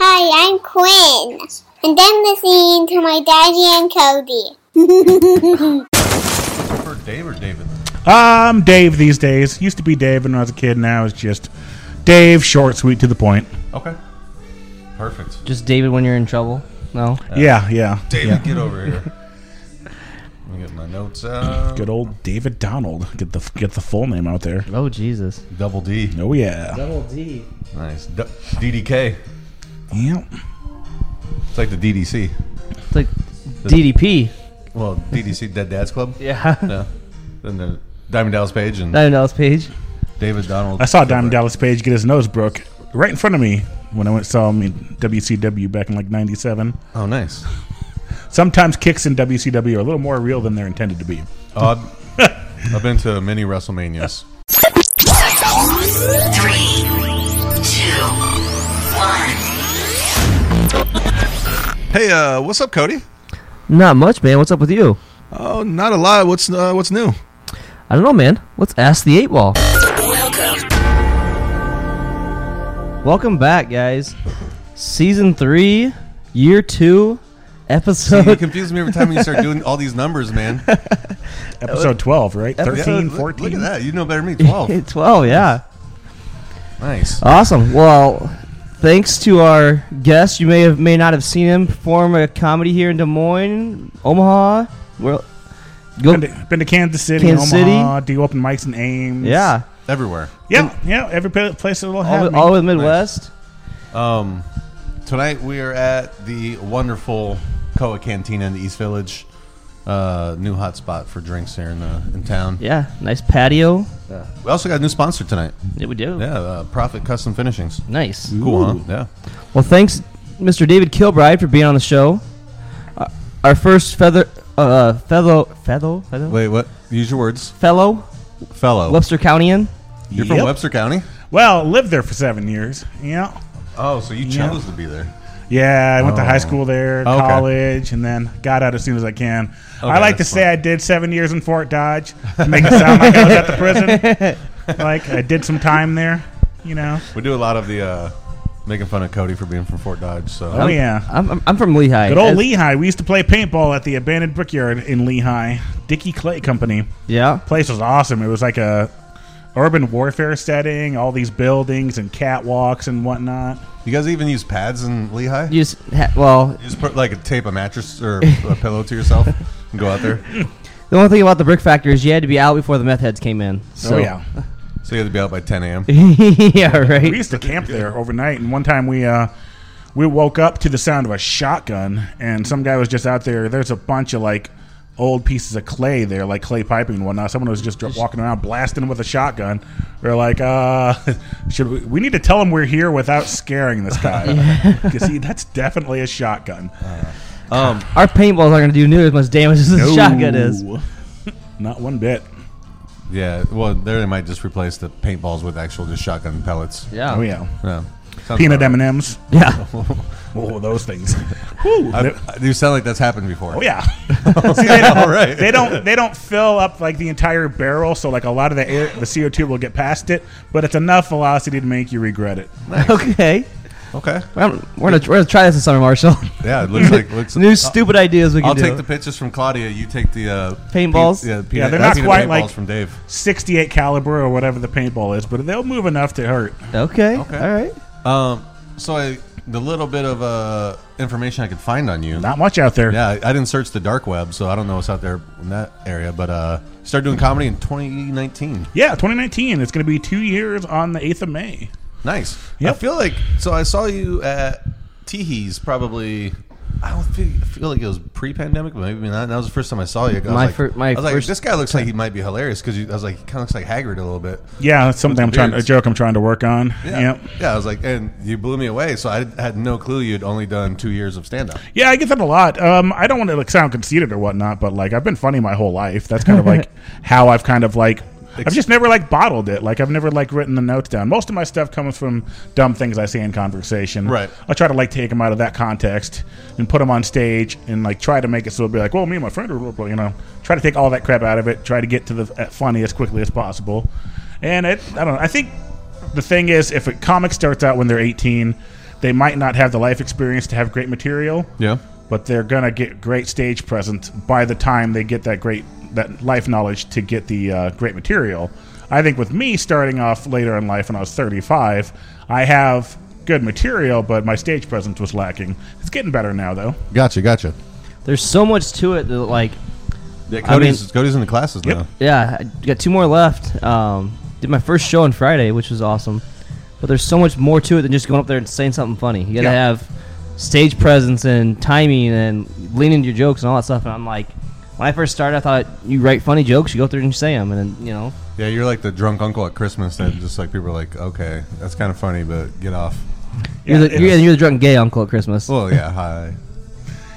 and Quinn. And then listening to my daddy and Cody. Do you prefer Dave or David? Um, Dave these days. Used to be Dave when I was a kid. Now it's just Dave, short, sweet, to the point. Okay. Perfect. Just David when you're in trouble. No. Uh. yeah, yeah. David, yeah. get over here. Let me get my notes out. Good old David Donald. Get the get the full name out there. Oh Jesus. Double D. Oh yeah. Double D. Nice. D- DDK. Yeah. It's like the DDC. It's like DDP. Well, DDC, Dead Dad's Club. Yeah. Yeah. Then the Diamond Dallas Page and Diamond Dallas Page. David Donald. I saw Diamond Dallas Page get his nose broke right in front of me when I went saw him in WCW back in like '97. Oh, nice. Sometimes kicks in WCW are a little more real than they're intended to be. Oh, I've, I've been to many WrestleManias. Three, two, one. Hey, uh, what's up, Cody? Not much, man. What's up with you? Oh, not a lot. What's uh, what's new? I don't know, man. Let's ask the eight ball. Welcome back, guys. Season three, year two, You episode confuse me every time you start doing all these numbers, man. Episode 12, right? Episode- 13, Look- Look, 14. at that. You know better than me. Twelve. twelve. Yeah. nice. Awesome. Well, thanks to our guest, you may have may not have seen him perform a comedy here in Des Moines, Omaha. Well, go Been to, been to Kansas City, Kansas Omaha. Do open mics and Ames? yeah, Everywhere. Yeah, yeah. Every pla- place that will all, have the- me. all over the Midwest. Um, tonight we are at the wonderful Koa Cantina in the East Village. Uh, new hot spot for drinks here in the in town. Yeah, nice patio. Yeah. We also got a new sponsor tonight. Yeah, we do. Yeah, uh, Profit Custom Finishings. Nice. Cool, huh? Yeah. Well, thanks, Mr. David Kilbride, for being on the show. Uh, Our first feather, uh, fellow, fellow, fellow, Wait, what? Use your words, fellow fellow. Webster Countyan. You're from Yep. Webster County. Well, lived there for seven years. Yeah. Oh, so you Yeah. chose to be there. Yeah, I went to Oh. high school there, Okay. college, and then got out as soon as I can. I Okay, like to that's say fine. I did seven years in Fort Dodge to make it sound like I was at the prison. like I did some time there, you know. We do a lot of the uh, making fun of Cody for being from Fort Dodge. So Oh, yeah. I'm, I'm, I'm from Lehigh. Good old As- Lehigh. We used to play paintball at the abandoned brickyard in Lehigh. Dickey Clay Company. Yeah. Place was awesome. It was like a urban warfare setting, all these buildings and catwalks and whatnot. you guys even use pads in Lehigh? You just ha- well, You just put like a tape a mattress or a pillow to yourself and go out there. the only thing about the brick factory is you had to be out before the meth heads came in. So. oh yeah. So you have to be out by 10 a.m. yeah, right. we used to camp there overnight, and one time we uh, we woke up to the sound of a shotgun, and some guy was just out there. There's a bunch of like old pieces of clay there, like clay piping and whatnot. Someone was just dr- walking around blasting them with a shotgun. We are like, uh, should we? We need to tell him we're here without scaring this guy because that's definitely a shotgun. Our paintballs aren't going to do nearly as much damage as the shotgun is. No. Not one bit. Yeah, well, there they might just replace the paintballs with actual just shotgun pellets. Yeah. Oh yeah, Yeah. Sounds peanut about M and M's. Yeah. Oh, those things. Whew. right. I- You sound like that's happened before. Oh yeah. See, they don't, All right. They don't. They don't fill up like the entire barrel, so like a lot of the air, the CO two will get past it, but it's enough velocity to make you regret it. Okay. Okay. We're gonna, we're gonna we're gonna try this this summer, Marshall. Yeah, it looks like looks. New I'll- stupid ideas we can I'll do. take the pitches from Claudia. You take the uh, Paintballs? pe- yeah, peanut, uh, they're not peanut quite paintballs like- from Dave. Sixty eight caliber or whatever the paintball is, but they'll move enough to hurt. okay. Okay. All right. Um, so I, the little bit of uh, information I could find on you. Not much out there. yeah, I, I didn't search the dark web, so I don't know what's out there in that area. But uh, started doing comedy in 2019. Yeah, 2019. It's going to be two years on the 8th of May. Nice. Yep. I feel like so. I saw you at Teehee's probably. I don't feel, I feel like it was pre-pandemic, but maybe not. That was the first time I saw you. I was My like, fir- my I was like, first- this guy looks like he might be hilarious because I was like, he kind of looks like Haggard a little bit. Yeah, that's something I'm the trying. A beards. joke I'm trying to work on. Yep. Yeah, I was like, and you blew me away. So I had no clue you'd only done two years of stand up. Yeah, I get that a lot. Um, I don't want to like sound conceited or whatnot, but like I've been funny my whole life. That's kind of like how I've kind of like I've just never like bottled it. Like I've never like written the notes down. Most of my stuff comes from dumb things I see in conversation. Right. I try to like take them out of that context and put them on stage and like try to make it so it'll be like, well, me and my friend are you know try to take all that crap out of it. Try to get to the uh, funny as quickly as possible. And it, I don't know. I think the thing is, if a comic starts out when they're 18, They might not have the life experience to have great material, Yeah. but they're gonna get great stage presence by the time they get that great that life knowledge to get the uh, great material. I think with me starting off later in life when I was 35, I have good material, but my stage presence was lacking. It's getting better now though. Gotcha. Gotcha. There's so much to it that like Yeah, I mean- Cody's Cody's in the classes now. yeah, I got two more left. Um, did my first show on Friday, which was awesome. But there's so much more to it than just going up there and saying something funny. You gotta Yeah. have stage presence and timing and leaning into your jokes and all that stuff. And I'm like, when I first started, I thought you write funny jokes, you go up there and you say them, and then you know, Yeah, you're like the drunk uncle at Christmas that just like people are like, okay, that's kind of funny, but get off. you're, Yeah, the, you're, you're the drunk gay uncle at Christmas. Well, yeah, hi.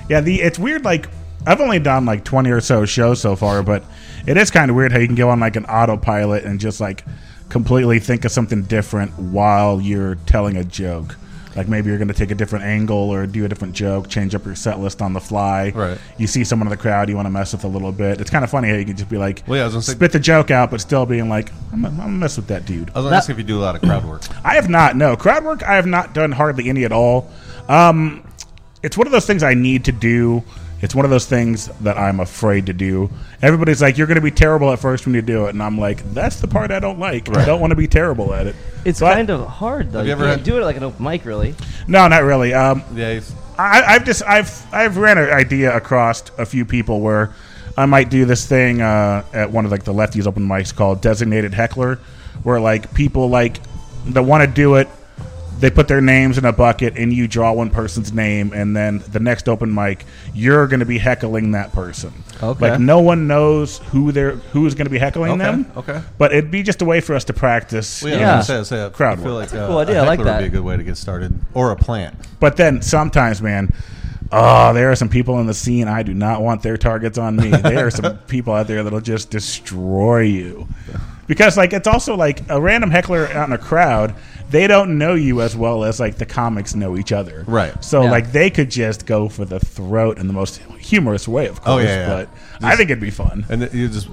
Yeah, the it's weird. Like I've only done like twenty or so shows so far, but it is kind of weird how you can go on like an autopilot and just like completely think of something different while you're telling a joke. Like maybe you're going to take a different angle or do a different joke, change up your set list on the fly. Right. You see someone in the crowd you want to mess with a little bit. It's kind of funny how you can just be like, Well, yeah, I was gonna say- spit the joke out, but still being like, I'm gonna I'm gonna mess with that dude. I was gonna ask if you do a lot of crowd work. I have not. No crowd work. I have not done hardly any at all. Um, it's one of those things I need to do. It's one of those things that I'm afraid to do. Everybody's like, "You're going to be terrible at first when you do it," and I'm like, "That's the part I don't like. I don't want to be terrible at it." It's But- kind of hard though. Have you you ever can't had- do it like an open mic, really. No, not really. Um, Yeah, he's, I, I've just I've I've ran an idea across a few people where I might do this thing uh, at one of like the lefties open mics called designated heckler, where like people like that want to do it, they put their names in a bucket and you draw one person's name, and then the next open mic you're going to be heckling that person. Okay. Like no one knows who they're who is going to be heckling Okay, them. okay. But it'd be just a way for us to practice. well, yeah, Yeah. I was gonna say, say, Crowd I feel work. like a uh, cool idea. I like heckler that. Would be a good way to get started, or a plant. But then sometimes, man, oh, there are some people in the scene I do not want their targets on me. There are some people out there that'll just destroy you. Because like it's also like a random heckler out in a crowd, they don't know you as well as like the comics know each other. Right. So Yeah. like they could just go for the throat in the most humorous way, of Oh, course. yeah, yeah. But I think it'd be fun. And th- you just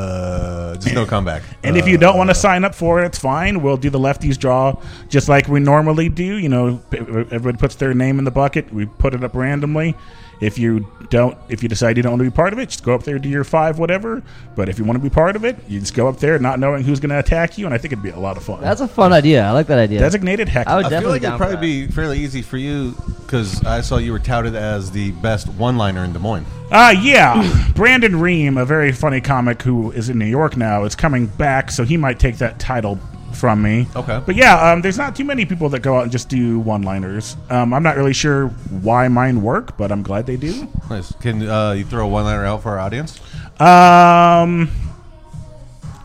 uh, just no comeback. Uh, And if you don't want to sign up for it, it's fine. We'll do the lefties draw just like we normally do. You know, p- e, everybody puts their name in the bucket. We put it up randomly. If you don't, if you decide you don't want to be part of it, just go up there, do your five, whatever. But if you want to be part of it, you just go up there, not knowing who's going to attack you. And I think it'd be a lot of fun. That's a fun idea. I like that idea. designated heckler. I would I feel Definitely like down it'd for probably be fairly easy for you because I saw you were touted as the best one-liner in Des Moines. Uh, yeah. Brandon Ream, a very funny comic who is in New York now, is coming back, so he might take that title from me. Okay. But yeah, um, there's not too many people that go out and just do one liners. Um, I'm not really sure why mine work, but I'm glad they do. Nice. Can uh, you throw a one-liner out for our audience? Um,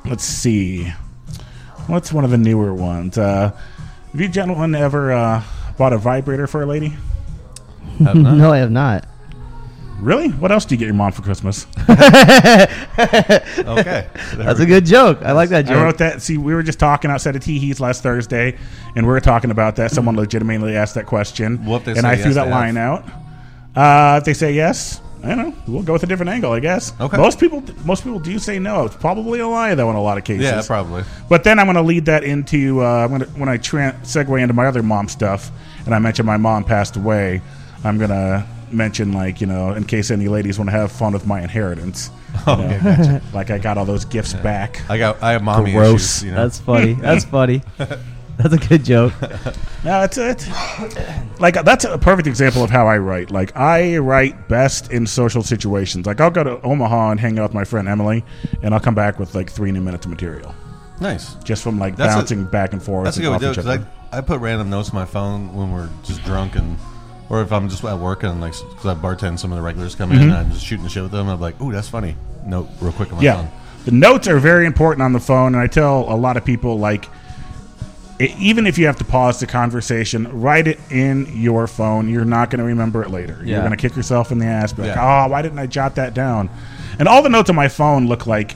let's see. What's one of the newer ones? Uh, have you gentlemen ever uh, bought a vibrator for a lady? Have not. no, I have not. Really? What else do you get your mom for Christmas? Okay, There That's we go. a good joke. I like that joke. I wrote that. See, we were just talking outside of Teehee's last Thursday, and we were talking about that. Someone legitimately asked that question, Mm-hmm. Well, if they and say I threw yes, that they line out. Uh, if they say yes, I don't know. We'll go with a different angle, I guess. Okay. Most people, most people do say no. It's probably a lie, though, in a lot of cases. Yeah, probably. But then I'm going to lead that into uh, I'm gonna, when I tran segue into my other mom stuff, and I mentioned my mom passed away. I'm going to mention like you know, in case any ladies want to have fun with my inheritance. you know? Okay, gotcha. like I got all those gifts back. I got I have mommy Gross. issues. You know? That's funny. That's funny. That's a good joke. No, it's it. Like that's a perfect example of how I write. Like I write best in social situations. Like I'll go to Omaha and hang out with my friend Emily, and I'll come back with like three new minutes of material nice. just from like That's a- bouncing back and forth. That's a and good off idea each because other. I, I put random notes in my phone when we're just drunk and, or if I'm just at work and like because I bartend, some of the regulars come Mm-hmm. in and I'm just shooting the shit with them. I'm like, ooh, that's funny. Note real quick on my yeah, phone. the notes are very important on the phone, and I tell a lot of people like. i even if you have to pause the conversation, write it in your phone. You're not going to remember it later. You're Yeah. going to kick yourself in the ass. Be like, Yeah. oh, why didn't I jot that down? And all the notes on my phone look like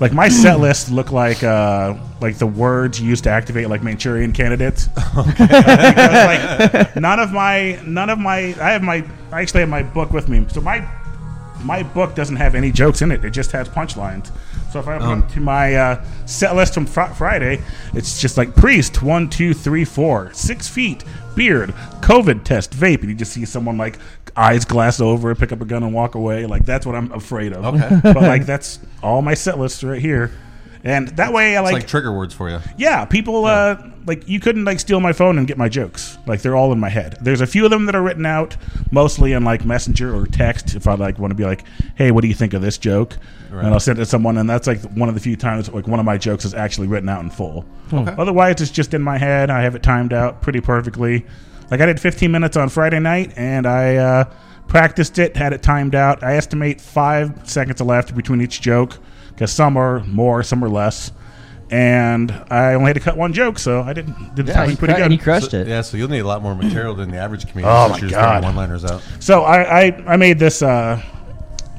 Like my set list looked like uh, like the words used to activate like Manchurian candidates. Because, like, none of my none of my I have my I actually have my book with me. So my my book doesn't have any jokes in it. It just has punchlines. So if I open Oh. up to my uh, set list from fr- Friday, it's just like priest one two three four six feet beard COVID test vape, and you just see someone like eyes glass over, pick up a gun and walk away. Like that's what I'm afraid of. Okay. but like that's all my set lists right here. And that way, I It's like, like trigger words for you. yeah, people uh, like you couldn't like steal my phone and get my jokes. Like they're all in my head. There's a few of them that are written out, mostly in like Messenger or text. If I like want to be like, hey, what do you think of this joke? And I'll send it to someone, and that's like one of the few times like one of my jokes is actually written out in full. Otherwise, it's just in my head. I have it timed out pretty perfectly. Like I did 15 minutes on Friday night, and I uh, practiced it, had it timed out. I estimate five seconds left between each joke because some are more, some are less and I only had to cut one joke, so I did did Yeah, something he, pretty cru- good. and he crushed it. Yeah, so you'll need a lot more material than the average comedian. Oh since my you're just throwing God. One-liners out. So I, I, I made this uh,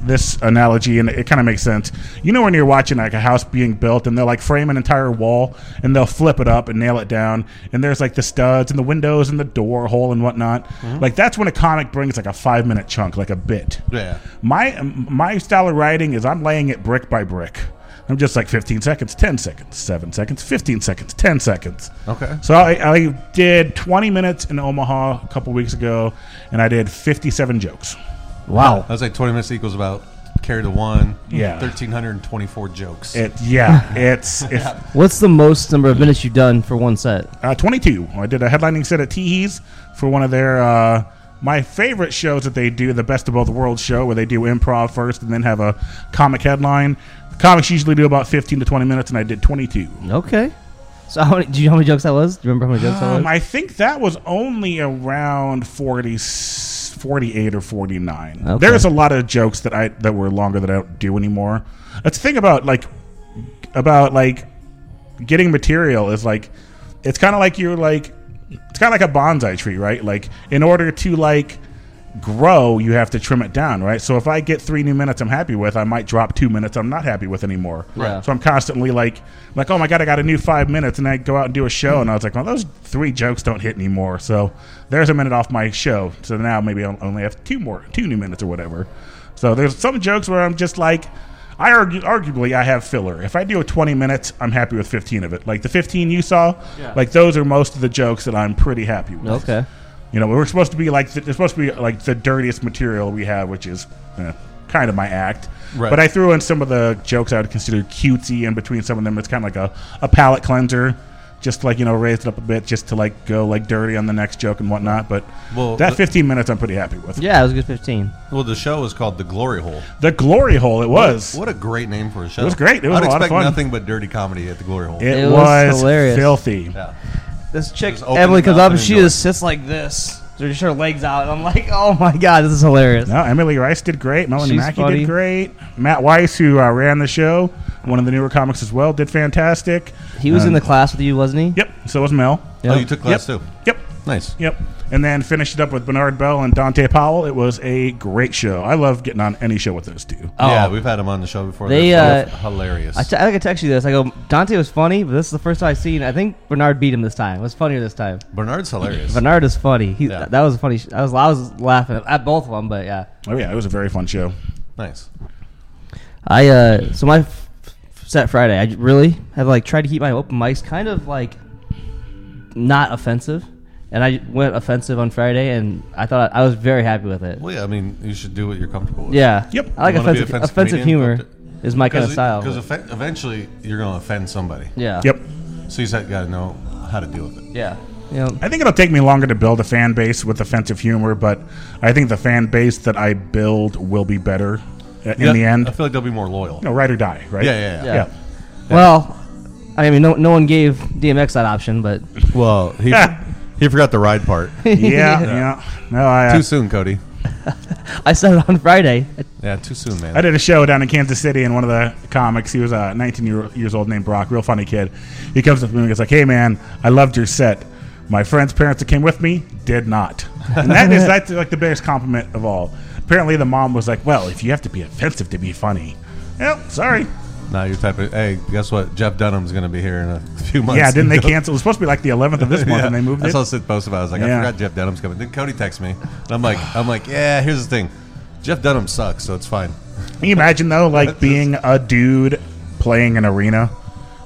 this analogy, and it kind of makes sense. You know when you're watching like a house being built, and they'll like frame an entire wall, and they'll flip it up and nail it down, and there's like the studs and the windows and the door hole and whatnot. Mm-hmm. Like that's when a comic brings like a five minute chunk, like a bit. Yeah. My my style of writing is I'm laying it brick by brick. I'm just like 15 seconds, 10 seconds, 7 seconds, 15 seconds, 10 seconds. Okay. So I, I did 20 minutes in Omaha a couple weeks ago, and I did 57 jokes. Wow. I was like 20 minutes equals about carry to one. Yeah. 1,324 jokes. It yeah, it's if, What's the most number of minutes you've done for one set? uh, 22. I did a headlining set at Teehees for one of their uh, my favorite shows that they do, the Best of Both Worlds show, where they do improv first and then have a comic headline. Comics usually do about 15 to 20 minutes, and I did 22. Okay. So how many, do you know how many jokes that was? Do you remember how many jokes that was? Um, I think that was only around 40, 48 or 49. Okay. There's a lot of jokes that I that were longer that I don't do anymore. That's the thing about like about like getting material is like it's kind of like you're like it's kind of like a bonsai tree, right? Like in order to like grow, you have to trim it down, right? So if I get 3 new minutes I'm happy with, I might drop 2 minutes I'm not happy with anymore. Right. So I'm constantly like, like, oh my god, I got a new five minutes, and I go out and do a show, and I was like, well, those three jokes don't hit anymore. So there's a minute off my show. So now maybe I'll only have two more, two new minutes or whatever. So there's some jokes where I'm just like, I argue, arguably I have filler. If I do a 20 minutes, I'm happy with 15 of it. Like the 15 you saw, like those are most of the jokes that I'm pretty happy with. okay. You know, we're supposed to be like the, it's supposed to be like the dirtiest material we have, which is eh, kind of my act. Right. But I threw in some of the jokes I would consider cutesy in between some of them. It's kind of like a, a palate cleanser, just to, like you know, raise it up a bit, just to like go like dirty on the next joke and whatnot. But Well, that the- 15 minutes, I'm pretty happy with. Yeah, it was a good 15. Well, the show is called The Glory Hole. The glory hole it was. What a great name for a show. It was great. It was I'd a lot of expect fun. nothing but dirty comedy at The Glory Hole. It, It was was, hilarious. filthy. yeah. This chick, Just open Emily, your comes mouth up and and she enjoy. just sits like this. There's just her legs out. And I'm like, oh my god, this is hilarious. No, Emily Rice did great. Melanie She's Mackey funny. did great. Matt Weiss, who uh, ran the show, one of the newer comics as well, did fantastic. He was in Um, the class with you, wasn't he? Yep. So was Mel. Oh, you took class Yep. too. Yep. Nice. Yep. And then finished it up with Bernard Bell and Dante Powell. It was a great show. I love getting on any show with those two. Oh. Yeah, we've had him on the show before. They, They're uh, hilarious. I, t- I think I text you this. I go, Dante was funny, but this is the first time I've seen. I think Bernard beat him this time. It was funnier this time. Bernard's hilarious. Bernard is funny. He, Yeah. That was a funny. Sh- I was I was laughing at, at both of them, but yeah. Oh yeah, it was a very fun show. Nice. I uh so my f- f- set Friday. I j- really have like tried to keep my open mics kind of like not offensive, and I went offensive on Friday, and I thought I was very happy with it. Well, yeah, I mean, you should do what you're comfortable with. Yeah. Yep. I like You wanna be offensive offensive offensive, comedian? humor Okay. is my kind of style. Because eventually you're going to offend somebody. yeah. Yep. So you just got to know how to deal with it. Yeah. Yep. I think it'll take me longer to build a fan base with offensive humor, but I think the fan base that I build will be better uh, in Yeah, the end. I You feel like they'll be more loyal. know, ride or die, right? Yeah, yeah, yeah. Yeah. Well, I mean, no, no one gave DMX that option, but Well, he, he forgot the ride part. yeah, yeah. No, I, uh, too soon, Cody. I said it on Friday. Yeah, too soon, man. I did a show down in Kansas City, and one of the comics, he was uh, 19 year, years old, named Brock, real funny kid. He comes up to me and goes like, "Hey, man, I loved your set. My friend's parents that came with me did not." And that is that's like the biggest compliment of all. Apparently, the mom was like, "Well, if you have to be offensive to be funny, well, sorry." Now you're typing. Hey, guess what? Jeff Dunham's going to be here in a few months. Yeah, didn't they cancel? It was supposed to be like the 11th of this month, Oh, Yeah. and they moved I it. saw Sid post about. it. I was like, Yeah. I forgot Jeff Dunham's coming. Then Cody texts me, and I'm like, I'm like, yeah. Here's the thing, Jeff Dunham sucks, so it's fine. Can you imagine though, like being a dude playing an arena?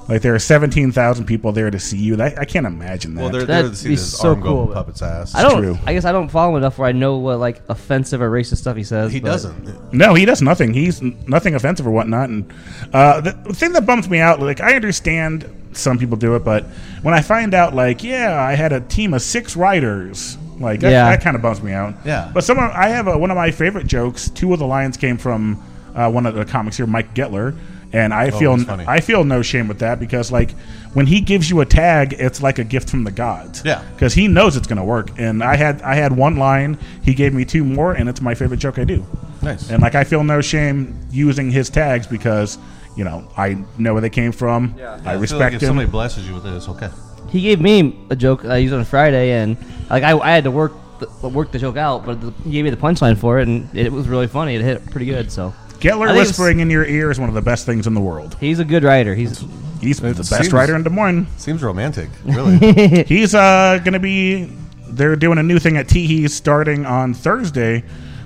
Like there are seventeen thousand people there to see you. That, I can't imagine that. Well, they're, That'd they're to see be this so arm go cool. up a puppet's ass. I don't. true. I guess I don't follow him enough where I know what like offensive or racist stuff he says. He but- doesn't. No, he does nothing. He's n- nothing offensive or whatnot. And uh, the the thing that bums me out, like I understand some people do it, but when I find out, like, yeah, I had a team of six riders, like that, Yeah. that kind of bums me out. Yeah. But some, of- I have a, one of my favorite jokes. Two of the lines came from uh, one of the comics here, Mike Getler, and I feel Oh, that's funny. I feel no shame with that because like when he gives you a tag, it's like a gift from the gods. Yeah. Because he knows it's going to work. And I had I had one line. He gave me two more, and it's my favorite joke I do. Nice. And like I feel no shame using his tags because you know I know where they came from. I feel respect like if him. somebody blesses you with it, it's okay. He gave me a joke that I used on Friday, and like I, I had to work the, work the joke out, but the, he gave me the punchline for it, and it was really funny. It hit pretty good. So I Gettler think whispering in your ear is one of the best things in the world. he's a good writer. He's He's the best seems- writer in Des Moines. Seems romantic, really. He's uh, going to be. They're doing a new thing at Teehee's starting on Thursday,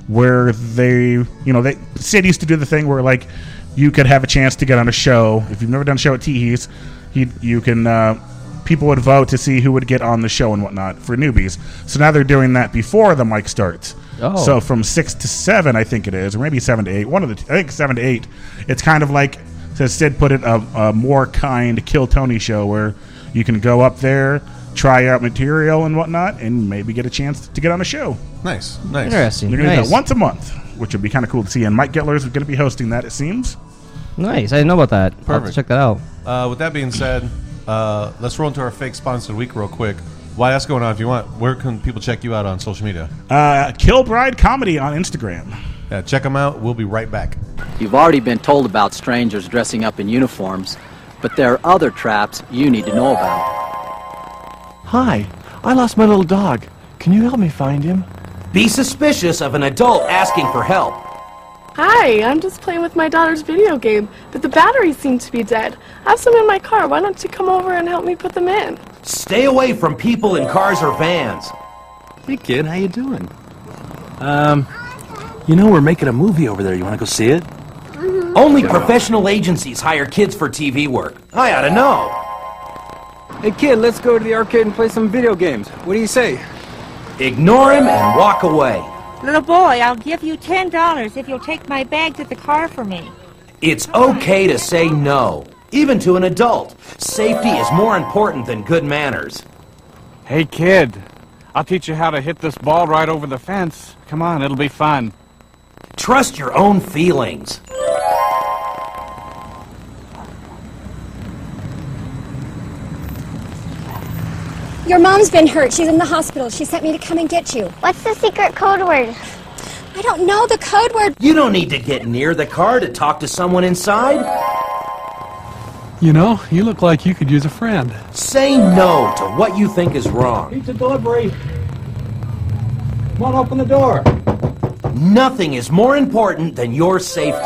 where they, you know, they cities to do the thing where like you could have a chance to get on a show. If you've never done a show at Teehee's, you, you can. Uh, people would vote to see who would get on the show and whatnot for newbies. So now they're doing that before the mic starts. Oh. So from six to seven, I think it is, or maybe seven to eight. One of the, I think seven to eight. It's kind of like, as Sid put it, a, a more kind Kill Tony show where you can go up there, try out material and whatnot, and maybe get a chance to get on a show. nice, nice. interesting. They're going to do Nice. that once a month, which would be kind of cool to see. And Mike Gettler is going to be hosting that, it seems. nice. I didn't know about that. I'll have to Perfect. check that out. Uh, with that being said, uh, let's roll into our fake sponsored week real quick. While that's going on, if you want, where can people check you out on social media? Uh, Kilbride Comedy on Instagram. Yeah, check them out. We'll be right back. You've already been told about strangers dressing up in uniforms, but there are other traps you need to know about. Hi, I lost my little dog. Can you help me find him? Be suspicious of an adult asking for help. Hi, I'm just playing with my daughter's video game, but the batteries seem to be dead. I have some in my car. Why don't you come over and help me put them in? Stay away from people in cars or vans. Hey kid, how you doing? Um, you know we're making a movie over there. You want to go see it? Only professional agencies hire kids for TV work. I ought to know. Hey kid, let's go to the arcade and play some video games. What do you say? Ignore him and walk away. Little boy, I'll give you $10 if you'll take my bag to the car for me. It's okay to say no, even to an adult. Safety is more important than good manners. Hey kid, I'll teach you how to hit this ball right over the fence. Come on, it'll be fun. Trust your own feelings. Your mom's been hurt. She's in the hospital. She sent me to come and get you. What's the secret code word? I don't know the code word. You don't need to get near the car to talk to someone inside. You know, you look like you could use a friend. Say no to what you think is wrong. Pizza delivery. Come on, open the door. Nothing is more important than your safety.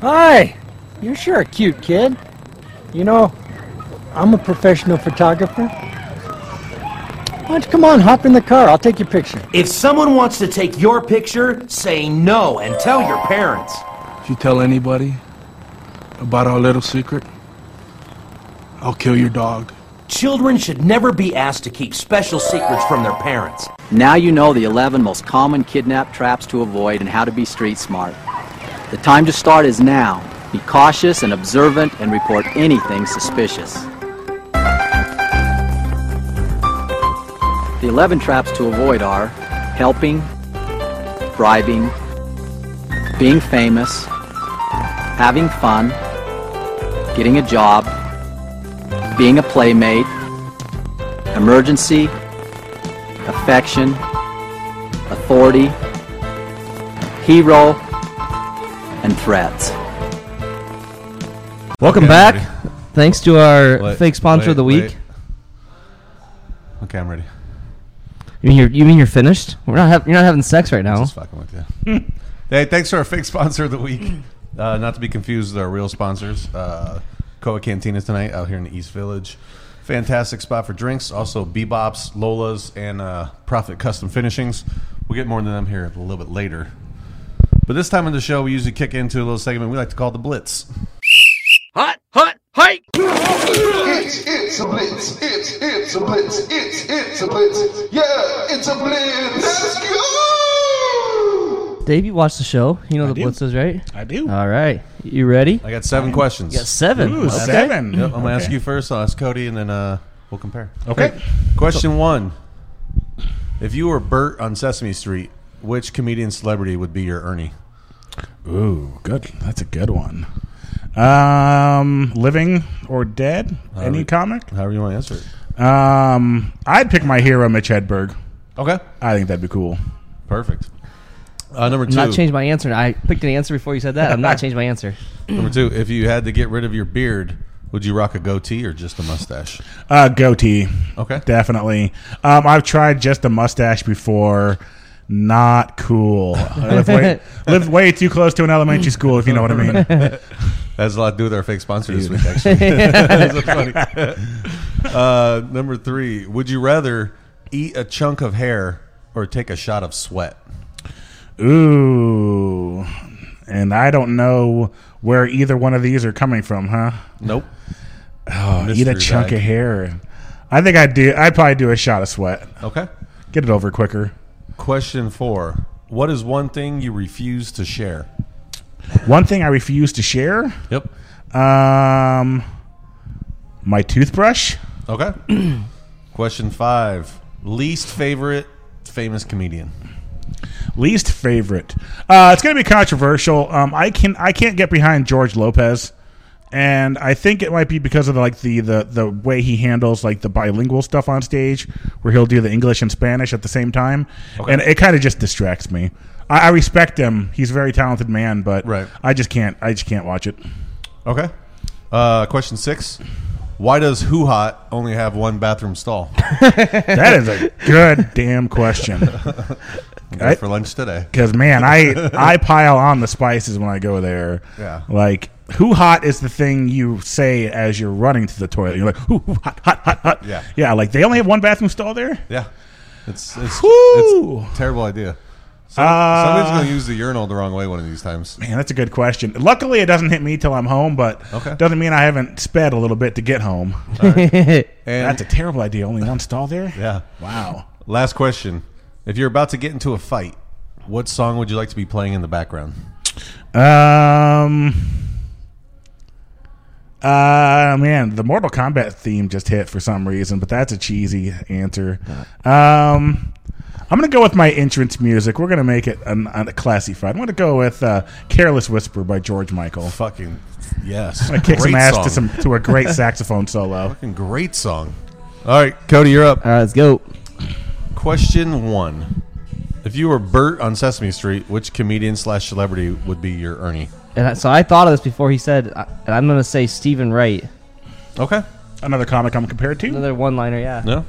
Hi, you're sure a cute kid. You know, I'm a professional photographer. Why don't you come on, hop in the car. I'll take your picture. If someone wants to take your picture, say no and tell your parents. If you tell anybody about our little secret, I'll kill your dog. Children should never be asked to keep special secrets from their parents. Now you know the 11 most common kidnap traps to avoid and how to be street smart. The time to start is now. Be cautious and observant and report anything suspicious. The 11 traps to avoid are helping, bribing, being famous, having fun, getting a job, being a playmate, emergency, affection, authority, hero, and threats. Welcome Okay, back. everybody. Thanks to our Wait, fake sponsor wait, of the week. wait. Okay, I'm ready. You mean you're, you mean you're finished? We're not hav- you're not having sex right now. Just fucking with you. hey, thanks to our fake sponsor of the week. Uh, not to be confused with our real sponsors. Uh, Coa Cantina tonight out here in the East Village. Fantastic spot for drinks. Also, Bebop's, Lola's, and uh, Profit Custom Finishings. We'll get more into them here a little bit later. But this time in the show, we usually kick into a little segment we like to call the Blitz. Hot, hot, hike! It's, it's a blitz. It's, it's a blitz. It's, it's a blitz. Yeah, it's a blitz. Let's go! Dave, you watched the show. You know the blitzes, right? I do. Uh, All right. You ready? I got seven questions. You got seven. Ooh, Yep, I'm gonna ask you first. I'll ask Cody, and then uh, we'll compare. Okay. Question one: If you were Bert on Sesame Street, which comedian celebrity would be your Ernie? Ooh, good. That's a good one. Um, living or dead? However- Any comic? However you want to answer it. Um, I'd pick my hero, Mitch Hedberg. Okay, I think that'd be cool. Perfect. Uh, number I'm not two. changed my answer. I picked an answer before you said that. I'm not changed my answer. Number two: If you had to get rid of your beard, would you rock a goatee or just a mustache? Uh, goatee. Okay. Definitely. Um, I've tried just a mustache before. Not cool. I live way, live way too close to an elementary school, if you know what I mean. that has a lot to do with our fake sponsor this week, actually. That's so funny. Uh, number three: Would you rather eat a chunk of hair or take a shot of sweat? Ooh. And I don't know where either one of these are coming from, huh? Nope. Oh, eat Mystery a chunk bag. of hair. I think I'd do. I'd probably do a shot of sweat. Okay. Get it over quicker. Question four: What is one thing you refuse to share? One thing I refuse to share. Yep. Um, my toothbrush. Okay. Question five: Least favorite famous comedian. Least favorite. Uh, it's going to be controversial. Um, I can I can't get behind George Lopez, and I think it might be because of the, like the, the the way he handles like the bilingual stuff on stage, where he'll do the English and Spanish at the same time, Okay. and it kind of just distracts me. I, I respect him; he's a very talented man, but I just can't I just can't watch it. Okay. Uh, question six: Why does Who Hot only have one bathroom stall? that That is a good damn question. Go for lunch today. Because man, I I pile on the spices when I go there. Yeah. Like who hot is the thing you say as you're running to the toilet. You're like, ooh, ooh, hot, hot, hot, hot. Yeah. Yeah, like they only have one bathroom stall there? Yeah, it's it's, it's a terrible idea. Some, Uh, somebody's gonna use the urinal the wrong way one of these times. Man, that's a good question. Luckily it doesn't hit me till I'm home, but Okay. doesn't mean I haven't sped a little bit to get home. that's a terrible idea. Only one stall there? Yeah. Wow. Last question: If you're about to get into a fight, what song would you like to be playing in the background? Um Uh man, the Mortal Kombat theme just hit for some reason, but that's a cheesy answer. Um I'm gonna go with my entrance music. We're gonna make it an, a classified. I'm gonna go with uh, "Careless Whisper" by George Michael. Fucking yes, I'm gonna kick some Great ass song. to some to a great saxophone solo. Fucking great song. All right, Cody, you're up. All right, let's go. Question one: If you were Bert on Sesame Street, which comedian slash celebrity would be your Ernie? And I, so I thought of this before he said, I- and I'm gonna say Stephen Wright. Okay. Another comic I'm compared to. Another one-liner, yeah. No.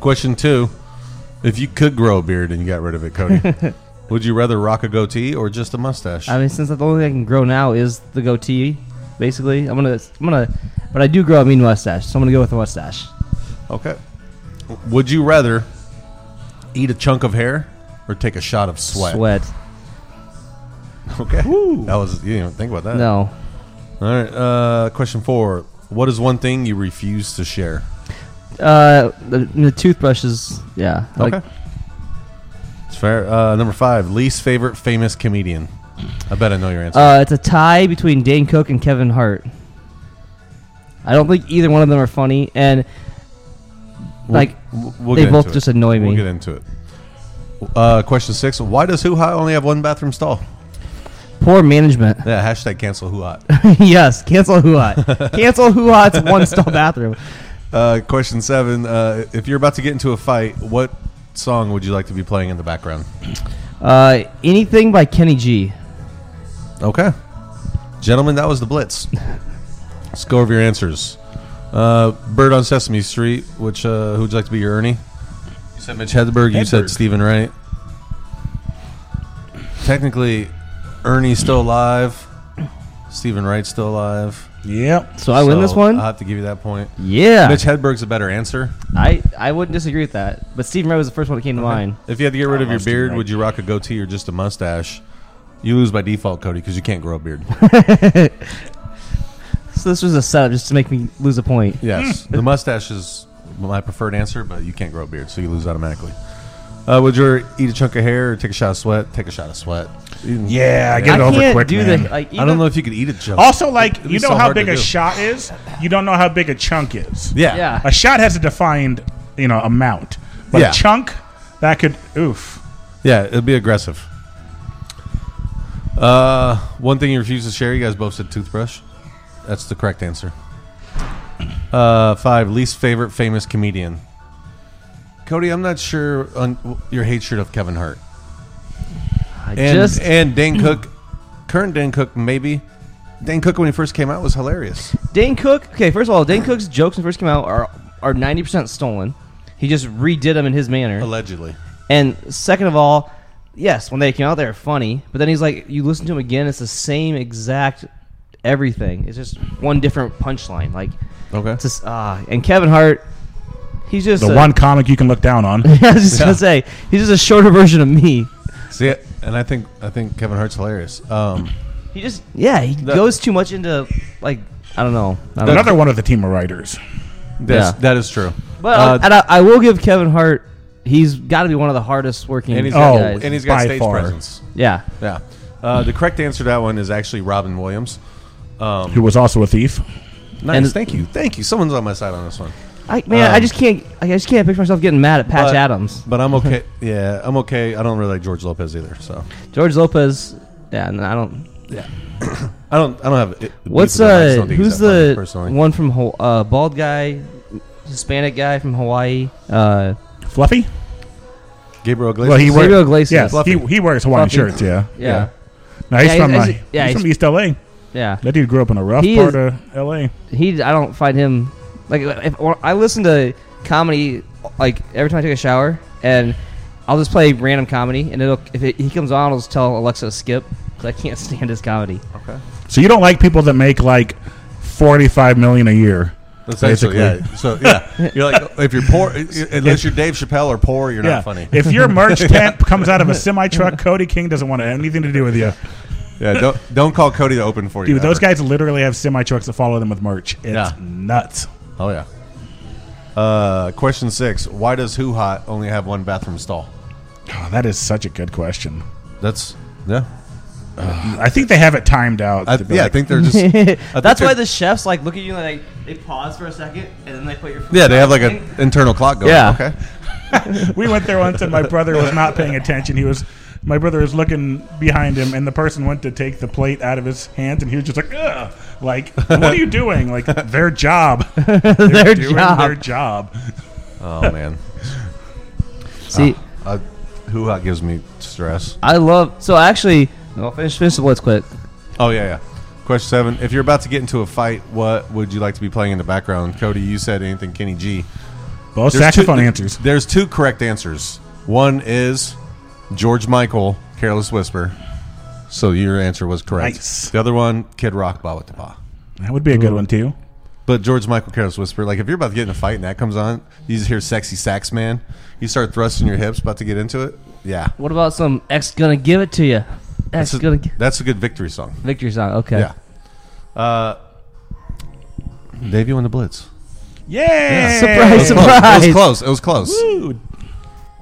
Question two: If you could grow a beard and you got rid of it, Cody, would you rather rock a goatee or just a mustache? I mean, since the only thing I can grow now is the goatee, basically, I'm gonna, I'm gonna, but I do grow a mean mustache, so I'm gonna go with the mustache. Okay. Would you rather eat a chunk of hair or take a shot of sweat? Sweat. Okay. That was you didn't even think about that. No. All right. Uh, question four: What is one thing you refuse to share? Uh, the, the toothbrushes, yeah. Like, Okay. It's fair. Uh, number five: Least favorite famous comedian. I bet I know your answer. Uh, it's a tie between Dane Cook and Kevin Hart. I don't think either one of them are funny, and We'll- like we'll- we'll they get both into it. just annoy me. We'll get into it. Uh, question six: Why does Hoo Ha only have one bathroom stall? Poor management. Yeah. Hashtag cancel Hoo Ha. yes, cancel Huat. cancel Huat's one stall bathroom. Uh, question seven: uh, If you're about to get into a fight, what song would you like to be playing in the background? Uh, anything by Kenny G. Okay. Gentlemen, that was the Blitz. Let's go over your answers. Uh, Bird on Sesame Street, which uh, who'd you like to be your Ernie? You said Mitch Hedberg, you said Hedberg. Stephen Wright. Technically, Ernie's still alive. Stephen Wright's still alive. Yep. So I win this one? I'll have to give you that point. Yeah. uh, Mitch Hedberg's a better answer. I, I wouldn't disagree with that. But Stephen Wright was the first one that came to mind. If you had to get rid of your beard, would you rock a goatee or just a mustache? You lose by default, Cody, because you can't grow a beard. So this was a setup just to make me lose a point. yes, the mustache is my preferred answer, but you can't grow a beard, so you lose automatically. Uh, would you rather eat a chunk of hair or take a shot of sweat? Take a shot of sweat. Yeah, I get it I over can't quick, do man. the- like, I even- don't know if you could eat a chunk. Also, like It'd be you know so how hard to big a do. shot is, you don't know how big a chunk is. Yeah. Yeah. a shot has a defined you know amount, but Yeah. a chunk that could oof. Yeah, it'd be aggressive. Uh, one thing you refuse to share. You guys both said toothbrush. That's the correct answer. Uh, five least favorite famous comedian. Cody, I'm not sure on w- your hatred of Kevin Hart. I and, just- and Dan Cook, current Dan Cook, maybe. Dan Cook when he first came out was hilarious. Dane Cook. Okay, first of all, Dane Cook's jokes when first came out are are ninety percent stolen. He just redid them in his manner, allegedly. And second of all, yes, when they came out, they were funny. But then he's like, you listen to him again, it's the same exact everything. It's just one different punchline. Like, okay, it's just, ah. and Kevin Hart, he's just the a- one comic you can look down on. I was just gonna say he's just a shorter version of me. See, and I think I think Kevin Hart's hilarious. Um, He just yeah, he goes too much into like I don't know. I don't Another know. one of the team of writers. That's- Yeah. that is true. But Uh, and I, I will give Kevin Hart. He's got to be one of the hardest working. and he's got, guys. Oh, and he's got stage presence. Yeah. yeah. Uh, the correct answer to that one is actually Robin Williams, um, Who was also a thief. Nice. And- thank you. Thank you. Someone's on my side on this one. I, man, Um, I just can't. I just can't picture myself getting mad at Patch but- Adams. But I'm okay. yeah, I'm okay. I don't really like George Lopez either. So George Lopez. Yeah, no, I don't. Yeah. I don't. I don't have. It, What's beef with him. I just uh? don't think he's Who's that funny, the personally? one from Ho- uh bald guy, Hispanic guy from Hawaii? Uh, Fluffy. Gabriel Iglesias. Well, he wears Gabriel Iglesias. Yes, Fluffy. he, he wears Hawaiian Fluffy. shirts. Yeah, Yeah. No, he's Yeah, from he's- uh, he's- yeah, he's, he's- from East LA. Yeah. that dude grew up in a rough He part is- of LA. he I don't find him like if or I listen to comedy like every time I take a shower and I'll just play random comedy and it'll if it, he comes on I'll just tell Alexa to skip because I can't stand his comedy. Okay, So you don't like people that make like forty-five million a year. That's actually basically. yeah. So yeah, you're like if you're poor, unless you're Dave Chappelle or poor, you're Yeah. not funny. If your merch Yeah. tent comes out of a semi truck, Cody King doesn't want to have anything to do with you. yeah, don't don't call Cody to open for you. Dude, those ever. guys literally have semi trucks that follow them with merch. It's Yeah. nuts. Oh yeah. Uh, question six: Why does Who Hot only have one bathroom stall? Oh, that is such a good question. That's yeah. I think they have it timed out. I- to be yeah, I like- think they're just- I think That's why they're- the chefs like look at you and like they pause for a second and then they put your food Yeah, they have down like and- an internal clock going. Yeah. Okay. we went there once and my brother was not paying attention. He was my brother was looking behind him and the person went to take the plate out of his hands and he was just like, Ugh, like what are you doing? Like their job. They're Their doing job. their job. Oh man. See- uh, Who Hot gives me stress. I love so actually I'll finish finish the blitz quick. Oh yeah, yeah. Question seven: If you're about to get into a fight, what would you like to be playing in the background? Cody, you said anything. Kenny G. Both There's saxophone two- answers. There's two correct answers. One is George Michael, "Careless Whisper." So your answer was correct. Nice. The other one, Kid Rock, "Ba With the Ba." That would be a good one too. But George Michael Careless Whisper, like if you're about to get in a fight and that comes on, you just hear "Sexy Sax Man." You start thrusting your hips, about to get into it. Yeah, What about some X gonna give it to you? X that's a, gonna g- that's a good victory song. victory song. Okay. Yeah. Uh, Dave, you won the blitz. Yay! It Surprise, was close. surprise. It was close. It was close. Woo.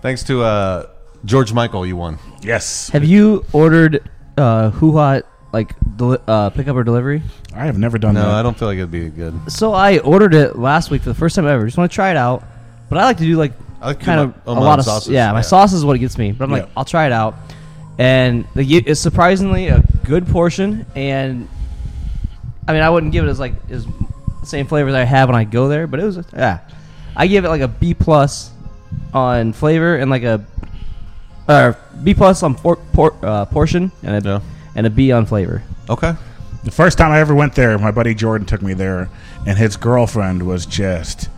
Thanks to uh, George Michael, you won. Yes. Have you ordered uh hoo hot like deli- uh pickup or delivery? I have never done No, that. I don't feel like it'd be good. So I ordered it last week for the first time ever. Just want to try it out. But I like to do like, I like to do kind my- of oh, a my own lot of sauces, yeah. My yeah. sauce is what it gets me. But I'm like, Yeah. I'll try it out. And the, it's surprisingly a good portion. And I mean, I wouldn't give it as like as the same flavor that I have when I go there. But it was yeah. I give it like a B plus on flavor and like a or B plus on por- por- uh, portion and a and a B on flavor. Okay. The first time I ever went there, my buddy Jordan took me there, and his girlfriend was just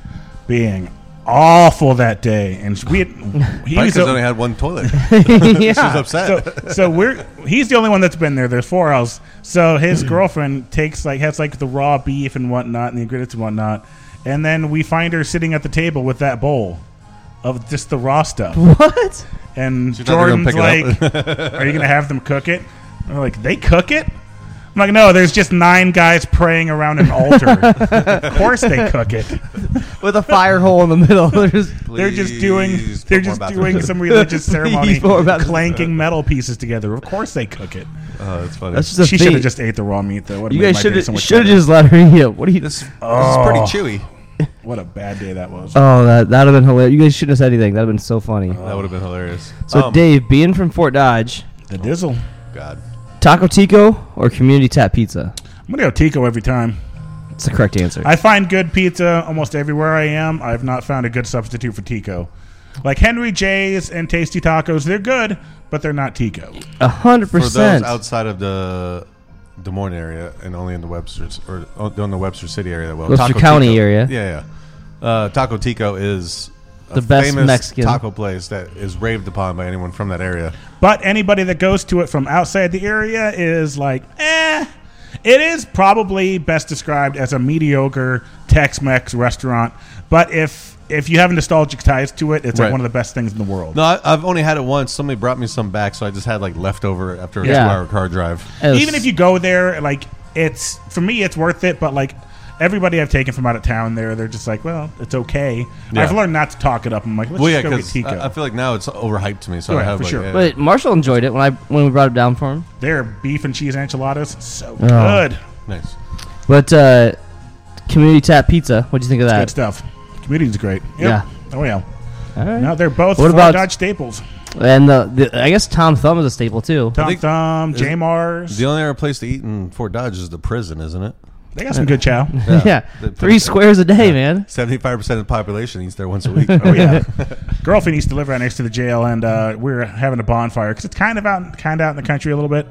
being awful that day, and we had, he Probably was 'cause o- only had one toilet. She's upset. So, so we're he's the only one that's been there. There's four of us. So his girlfriend takes like has like the raw beef and whatnot and the ingredients and whatnot, and then we find her sitting at the table with that bowl of just the raw stuff. What? And She's not gonna Jordan's pick like, it up. "Are you gonna have them cook it?" And they're like, "They cook it." I'm like, "No, there's just nine guys praying around an altar. of course they cook it." with a fire hole in the middle. They're just, they're just doing they're just doing some religious ceremony, clanking metal pieces together. Of course they cook it. Oh, that's funny. That's just a she should thing. have just ate the raw meat though. Would've You made guys my should day so have much should have better. just let her eat it. What do you? This, Oh. What a bad day that was. Oh, that that would have been hilarious. You guys shouldn't have said anything. That'd have been so funny. Uh, That would have been hilarious. So, Um, Dave, being from Fort Dodge, The Dizzle. God. Taco Tico or Community Tap Pizza? I'm gonna go Tico every time. It's the correct answer. I find good pizza almost everywhere I am. I've not found a good substitute for Tico. Like Henry J's and Tasty Tacos, they're good, but they're not Tico. A hundred For those percent. outside of the Des Moines area and only in the Webster or on the Webster City area, well, Webster County area. Yeah, yeah. Uh, Taco Tico is a The best famous Mexican. taco place that is raved upon by anyone from that area. But anybody that goes to it from outside the area is like, eh. It is probably best described as a mediocre Tex-Mex restaurant, but if if you have nostalgic ties to it, it's Right. like one of the best things in the world. No, I, I've only had it once. Somebody brought me some back, so I just had like leftover after a Yeah. two-hour car drive. Even if you go there, like it's for me, it's worth it. But like everybody I've taken from out of town, there, they're just like, well, it's okay. Yeah. I've learned not to talk it up. I'm like, let's well, yeah, just go get 'cause uh, Tico. I, I feel like now it's overhyped to me, so I Right, have for like, sure. yeah. but Marshall enjoyed it when I when we brought it down for him. Their beef and cheese enchiladas, so Oh. good. Nice. But uh, Community Tap Pizza. What'd you think of that? Good stuff. Comedian's great. Yep. Yeah. Oh yeah. All right. No, they're both What Fort about- Dodge staples. And the, the I guess Tom Thumb is a staple too. Tom Thumb, J Mars. The only other place to eat in Fort Dodge is the prison, isn't it? They got some good chow. Yeah, three squares a day, man. Seventy-five percent of the population eats there once a week. Oh yeah, girlfriend used to live right next to the jail, and uh, we were having a bonfire because it's kind of out, kind of out in the country a little bit.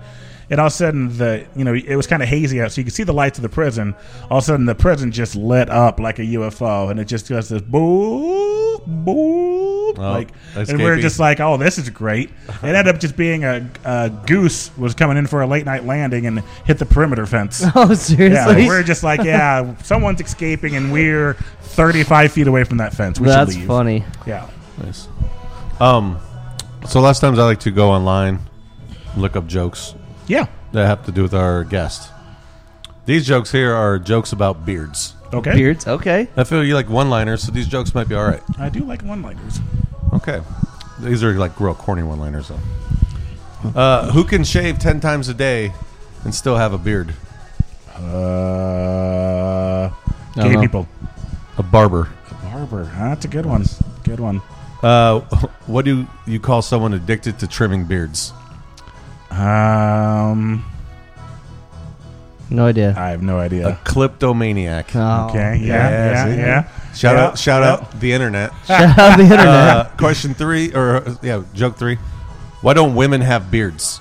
And all of a sudden, the you know it was kind of hazy out, so you could see the lights of the prison. All of a sudden, the prison just lit up like a UFO, and it just goes this boo boo, Oh, like, that's and we were KP. just like, oh, this is great. It ended up just being a, a goose was coming in for a late night landing and hit the perimeter fence. Oh, seriously? Yeah, like, we're just like, yeah, someone's escaping, and we're thirty-five feet away from that fence. We That's should leave. funny. Yeah. Nice. Um, so last times I like to go online, look up jokes. Yeah. That have to do with our guest. These jokes here are jokes about beards. Okay. Beards. Okay. I feel you like one-liners, so these jokes might be all right. I do like one liners. Okay. These are like real corny one-liners though. Uh, who can shave ten times a day and still have a beard? I Uh, gay don't know. people. A barber. Barber. Huh? That's a good one. Good one. Uh, what do you call someone addicted to trimming beards? Um, No idea. I have no idea. A kleptomaniac. Oh. Uh, Okay, yeah, yeah, see? yeah. Shout Yeah, out, shout yeah. out the internet. Shout out the internet. Uh, question three, or uh, yeah, joke three. Why don't women have beards?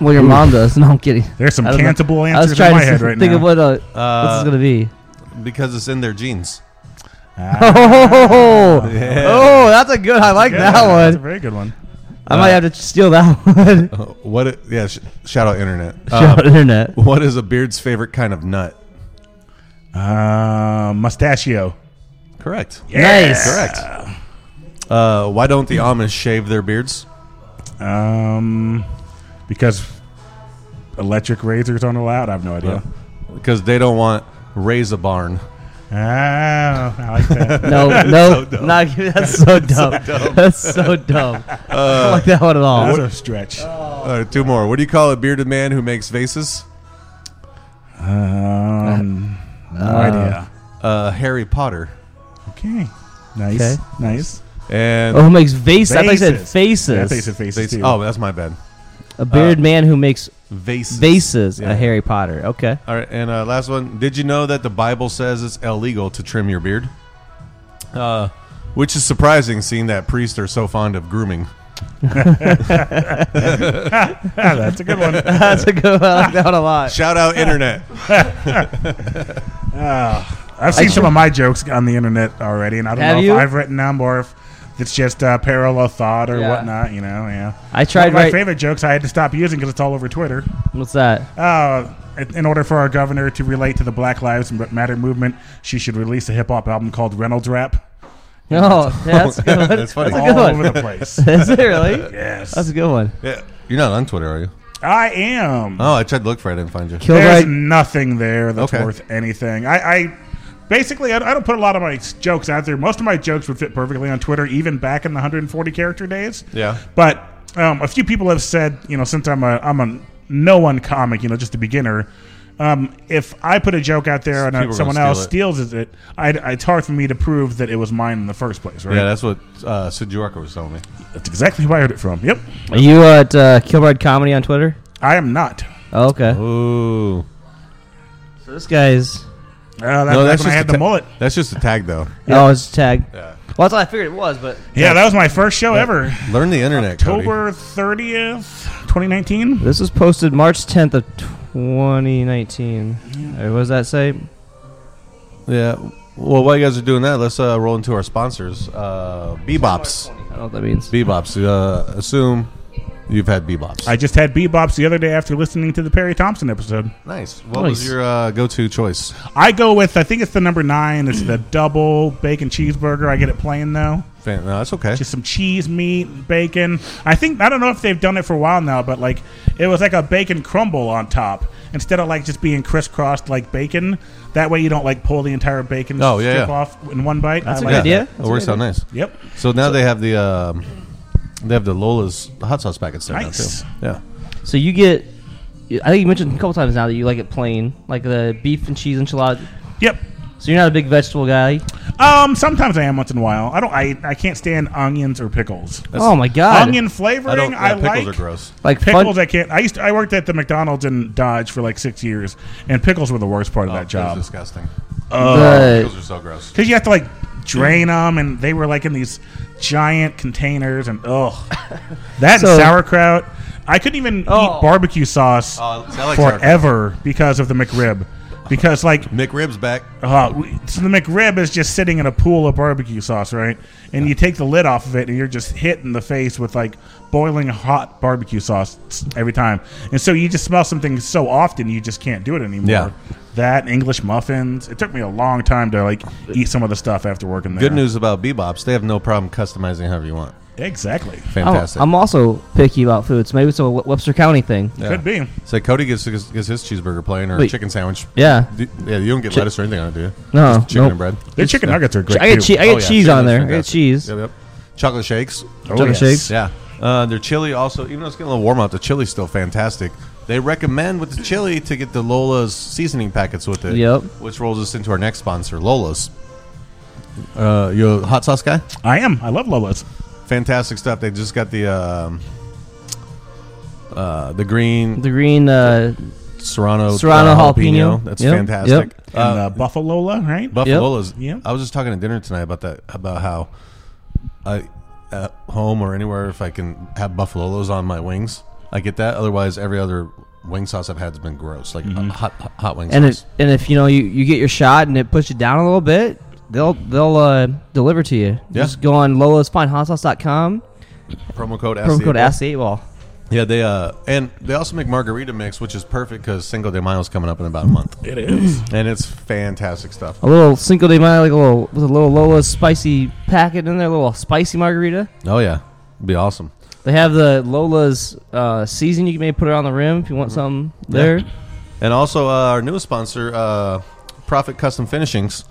Well, your mom does. No, I'm kidding. There's some I don't know. cancelable I answers was in trying my to head right think now. of what uh, Uh, this is gonna be. Because it's in their genes. Oh, Uh, Yeah. oh, that's a good. I like Good that one. That's a one. very good one. I might have to steal that one. Uh, What? i- yeah. Sh- shout out internet. Uh, Shout out internet. What is a beard's favorite kind of nut? Uh, mustachio. Correct. Nice. Correct. Uh, why don't the Amish shave their beards? Um, because electric razors aren't allowed. I have no idea. Because they don't want raise a barn. Oh, I like that. No, no, so dumb. not that's so dumb. That's so dumb. I don't like that one at all. That's a stretch. Uh, two more. What do you call a bearded man who makes vases? Um, no idea. Uh, Harry Potter. Okay. Nice. Okay. Nice. And Oh, who makes vases? I thought you said Faces. faces. Yeah, I thought you said faces Uh, Vases. too. Oh, that's my bad. A bearded man who makes Vases. vases. Yeah. A Harry Potter. Okay. All right, and uh, last one. Did you know that the Bible says it's illegal to trim your beard? Uh, which is surprising, seeing that priests are so fond of grooming. Ah, that's a good one. That's a good. I like that one a lot. Shout out internet. Ah, I've seen some of my jokes on the internet already, and I don't Have know you? if I've written them or if it's just uh, parallel thought or Yeah. whatnot. You know, yeah. I tried One of my write- favorite jokes. I had to stop using because it's all over Twitter. What's that? Uh, in- in order for our governor to relate to the Black Lives Matter movement, she should release a hip hop album called Reynolds Rap. No, yeah, that's a good. one. That's a good all one. over the place. Is it really? yes. That's a good one. Yeah. You're not on Twitter, are you? I am. Oh, I tried to look for it. I didn't find you. There's nothing there that's Okay. worth anything. I, I basically I, I don't put a lot of my s- jokes out there. Most of my jokes would fit perfectly on Twitter, even back in the 140 character days. Yeah. But um, a few people have said, you know, since I'm a I'm a no one comic, you know, just a beginner. Um, if I put a joke out there and People are uh, gonna someone steal else it. steals it, I, it's hard for me to prove that it was mine in the first place, right? Yeah, that's what uh, Sid Jorka was telling me. That's exactly where I heard it from. Yep. Are you at uh, Kilbride Comedy on Twitter? I am not. Oh, okay. Ooh. So this guy's. Uh, that, that's, when I had the a ta- mullet. That's just a tag, though. Oh, it's tagged. Well, that's what I figured it was, but Yeah, that was my first show ever. Learn the internet, Cody. October 30th, 2019. This was posted March 10th of 2019. Or Mm-hmm. What does that say? Yeah. Well, while you guys are doing that, let's uh, roll into our sponsors. Uh, Bebops. I don't know what that means. Bebops. Uh, assume you've had Bebops. I just had bebops the other day after listening to the Perry Thompson episode. Nice. What was your uh, go-to choice? I go with I think it's the number nine. It's the double bacon cheeseburger. I get it plain though. Fan- No, that's okay. Just some cheese, meat, bacon. I think I don't know if they've done it for a while now, but like it was like a bacon crumble on top instead of like just being crisscrossed like bacon. That way you don't like pull the entire bacon Oh, yeah, strip yeah. off in one bite. I like Yeah, that. It works out nice. Yep. So now they have the um, they have the Lola's hot sauce packets there Nice. now too. So you get. I think you mentioned a couple times now that you like it plain, like the beef and cheese enchilada. Yep. So you're not a big vegetable guy. Um, sometimes I am once in a while. I don't. I, I can't stand onions or pickles. oh my god! Onion flavoring. I, I don't- yeah, pickles like. are gross. Like pickles, fun- I can't. I used. To, I worked at the McDonald's in Dodge for like six years, and pickles were the worst part of that Yeah. That's job. Oh, disgusting. Ugh. Pickles are so gross. Because you have to like drain Mm. them, and they were like in these giant containers, and ugh, that So- and sauerkraut. I couldn't even eat barbecue sauce Oh, see, I like forever because of the McRib. Because like McRib's back. uh, we- so the McRib is just sitting in a pool of barbecue sauce, right? And you take the lid off of it, and you're just hit in the face with like boiling hot barbecue sauce every time. And so you just smell something so often, you just can't do it anymore. Yeah. That English muffins. It took me a long time to like eat some of the stuff after working there. Good news about Bebops. They have no problem customizing however you Oh, want. Exactly. Fantastic. I'm, I'm also picky about food, so maybe it's a Web- Webster County thing. Yeah. Could be. So Cody gets, gets, gets his cheeseburger plain or Wait. chicken sandwich. Yeah. D- yeah, you don't get Chi- lettuce or anything on it, do you? No, Just chicken nope. and bread. Their chicken nuggets are great, I get, too. che- I get Oh, yeah, cheese on chicken is there. I get fantastic. cheese. Oh. Yep, yep. Chocolate shakes. Chocolate yes. shakes. Oh, Yeah. Uh, their chili also, even though it's getting a little warm out, the chili's still fantastic. They recommend with the chili to get the Lola's seasoning packets with it. Yep. Which rolls us into our next sponsor, Lola's. Uh, you a hot sauce guy? I am. I love Lola's. Fantastic stuff. They just got the um, uh, the green The green. Uh, Serrano Serrano uh, jalapeno. That's Yep, fantastic. yep. And uh, Buffalo right? Buffalo's. Yep. I was just talking at dinner tonight about that, about how I at home or anywhere if I can have buffalo's on my wings, I get that. Otherwise, every other wing sauce I've had has been gross, like uh, hot hot wing Mm-hmm. and sauce. it, and if you know you, you get your shot and it puts you down a little bit, they'll they'll uh, deliver to you. Yeah. Just go on lowestfinehotSauce.com. promo code ask Promo the code Ape. ask the eight ball. Yeah, they uh, and they also make margarita mix, which is perfect because Cinco de Mayo is coming up in about a month. It is. and it's fantastic stuff. A little Cinco de Mayo, like a little with a little Lola's spicy packet in there, a little spicy margarita. Oh yeah, It'd be awesome. They have the Lola's uh, season. You can maybe put it on the rim if you want something there. Mm-hmm. Yeah. And also uh, our newest sponsor, uh, Profit Custom Finishings.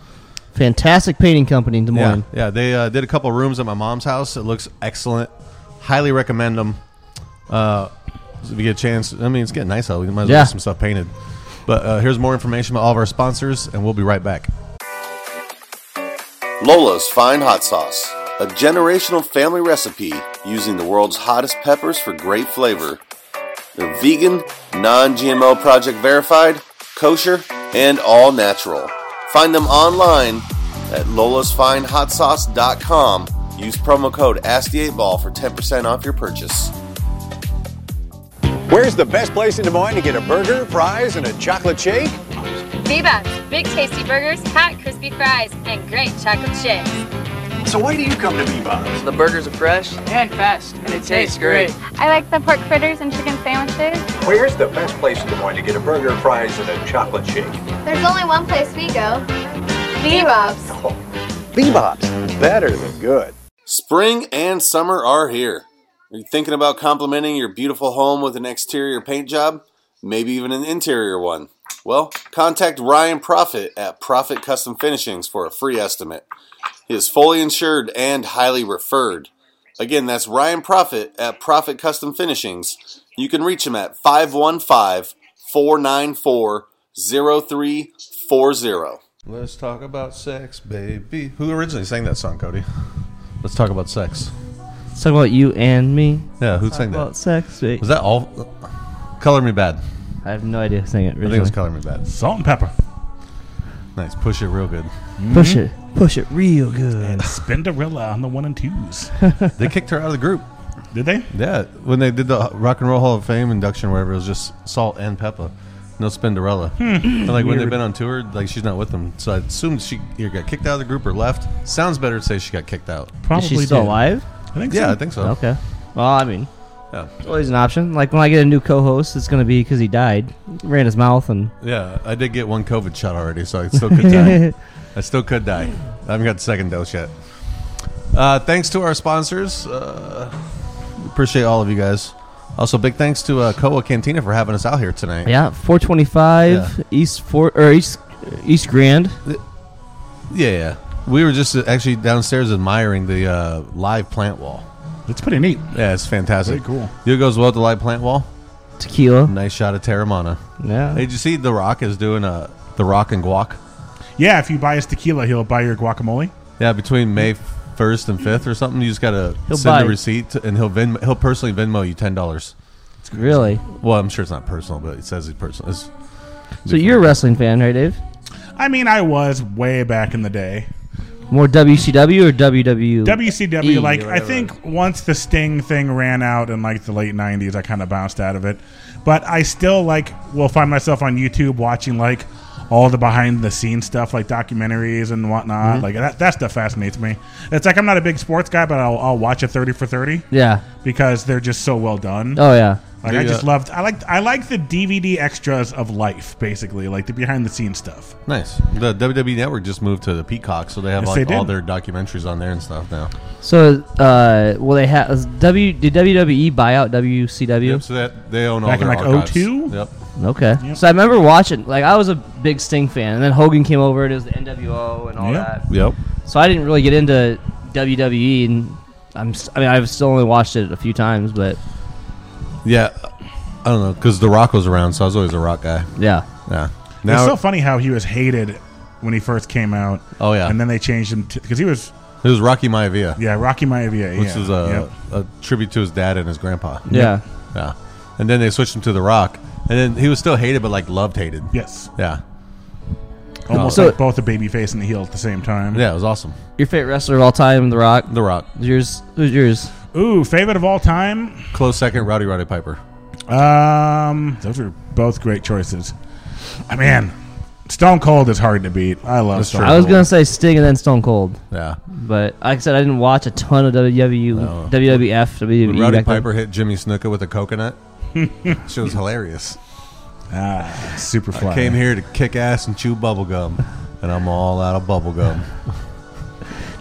Fantastic painting company in Des Moines. Yeah, yeah. They uh, did a couple rooms at my mom's house. It looks excellent. Highly recommend them. Uh, if you get a chance, I mean, it's getting nice out. We might as well Yeah. get some stuff painted. But uh, here's more information about all of our sponsors, and we'll be right back. Lola's Fine Hot Sauce, a generational family recipe using the world's hottest peppers for great flavor. They're vegan, non GMO project verified, kosher, and all natural. Find them online at lolasfinehotsauce.com. Use promo code ASK8BALL for 10% off your purchase. Where's the best place in Des Moines to get a burger, fries, and a chocolate shake? D-Bones, big tasty burgers, hot crispy fries, and great chocolate chips. So why do you come to Bebop's? The burgers are fresh and fast, and it tastes great. I like the pork fritters and chicken sandwiches. Where's the best place in Des Moines to get a burger, fries, and a chocolate shake? There's only one place we go. Bebop's. Bebop's. Better than good. Spring and summer are here. Are you thinking about complementing your beautiful home with an exterior paint job? Maybe even an interior one? Well, contact Ryan Profit at Profit Custom Finishings for a free estimate. He is fully insured and highly referred. Again, that's Ryan Profit at Profit Custom Finishings. You can reach him at 515 494 0340. Let's talk about sex, baby. Who originally sang that song, Cody? Let's talk about sex. Let's talk about you and me. Yeah, who Talk sang that? About sex. babe. Was that all? Color Me Bad. I have no idea who sang it. I think it was Color Me Bad. Salt and pepper. Nice. Push it real good. Push it. Push it real good. And Spinderella on the one and twos. they kicked her out of the group. Did they? Yeah. When they did the Rock and Roll Hall of Fame induction, or whatever, it was just Salt and Peppa. No Spinderella. Hmm. And, like when they've Weird. been on tour, like she's not with them. So I assumed she either got kicked out of the group or left. Sounds better to say she got kicked out. Is she still alive? I think yeah, so. I think so. Okay. Well, I mean, Oh. Yeah. it's always an option. Like when I get a new co-host, it's going to be because he died, ran his mouth, and Yeah, I did get one COVID shot already, so I still could die. I still could die. I haven't got the second dose yet. Uh, thanks to our sponsors. Uh, appreciate all of you guys. Also, big thanks to uh, Koa Cantina for having us out here tonight. yeah, four twenty-five East Four or East East Grand. Yeah, yeah. We were just uh, actually downstairs admiring the uh, live plant wall. It's pretty neat. Yeah, it's fantastic. Very cool. You goes well with the live plant wall. Tequila. Nice shot of Terramana. Yeah. Hey, did you see The Rock is doing uh, The Rock and Guac? Yeah, if you buy his tequila, he'll buy your guacamole. Yeah, between May first and fifth or something, you just gotta He'll send buy- a receipt and he'll Venmo, he'll personally Venmo you ten dollars. Really? Well, I'm sure it's not personal, but it says it's personal. It's, So you're a wrestling fan, right, Dave? I mean, I was way back in the day. More WCW or E? WWE? WCW, like I think once the Sting thing ran out in like the late '90s, I kind of bounced out of it. But I still like will find myself on YouTube watching like all the behind the scenes stuff, like documentaries and whatnot. Mhm. Like that, that stuff fascinates me. It's like I'm not a big sports guy, but I'll, I'll watch a 30 for 30. Yeah. because they're just so well done. Oh, yeah. like The, I just uh, loved. I like I like the DVD extras of life, basically, like the behind the scenes stuff. nice. The WWE Network just moved to the Peacock, so they have Yes, like they all did. their documentaries on there and stuff now. So, uh, well, they have W. Did WWE buy out WCW? Yep, so that they own all Back in, their like, archives. 02? Yep. Okay. So I remember watching. Like I was a big Sting fan, and then Hogan came over. and It was the NWO and all Yep. that. Yep. So I didn't really get into WWE, and I'm. s- I mean, I've still only watched it a few times, but Yeah, I don't know because The Rock was around, so I was always a Rock guy. Yeah. Yeah. it's Now, so funny how he was hated when he first came out. Oh, yeah. and then they changed him because he was it was Rocky Maivia. yeah Rocky Maivia, which yeah. is uh, a, a tribute to his dad and his grandpa. Yeah. yeah. And then they switched him to The Rock, and then he was still hated, but like loved hated. Yes. Yeah. Yep. almost So- like both a baby face and a heel at the same time. Oh. Yeah, it was awesome. your favorite wrestler of all time, The Rock. The Rock. Yours. Who's yours? Ooh, favorite of all time. Close second, Rowdy Roddy Piper. Um, those are both great choices. I man, Stone Cold is hard to beat. I love Stone. I was Cold. gonna say Sting and then Stone Cold. Yeah. But like I said, I didn't watch a ton of E, WW, WWF, When WWE. Rowdy back then. Piper hit Jimmy Snuka with a coconut, she was hilarious. Ah, super I came here to kick ass and chew bubble gum, and I'm all out of bubble gum.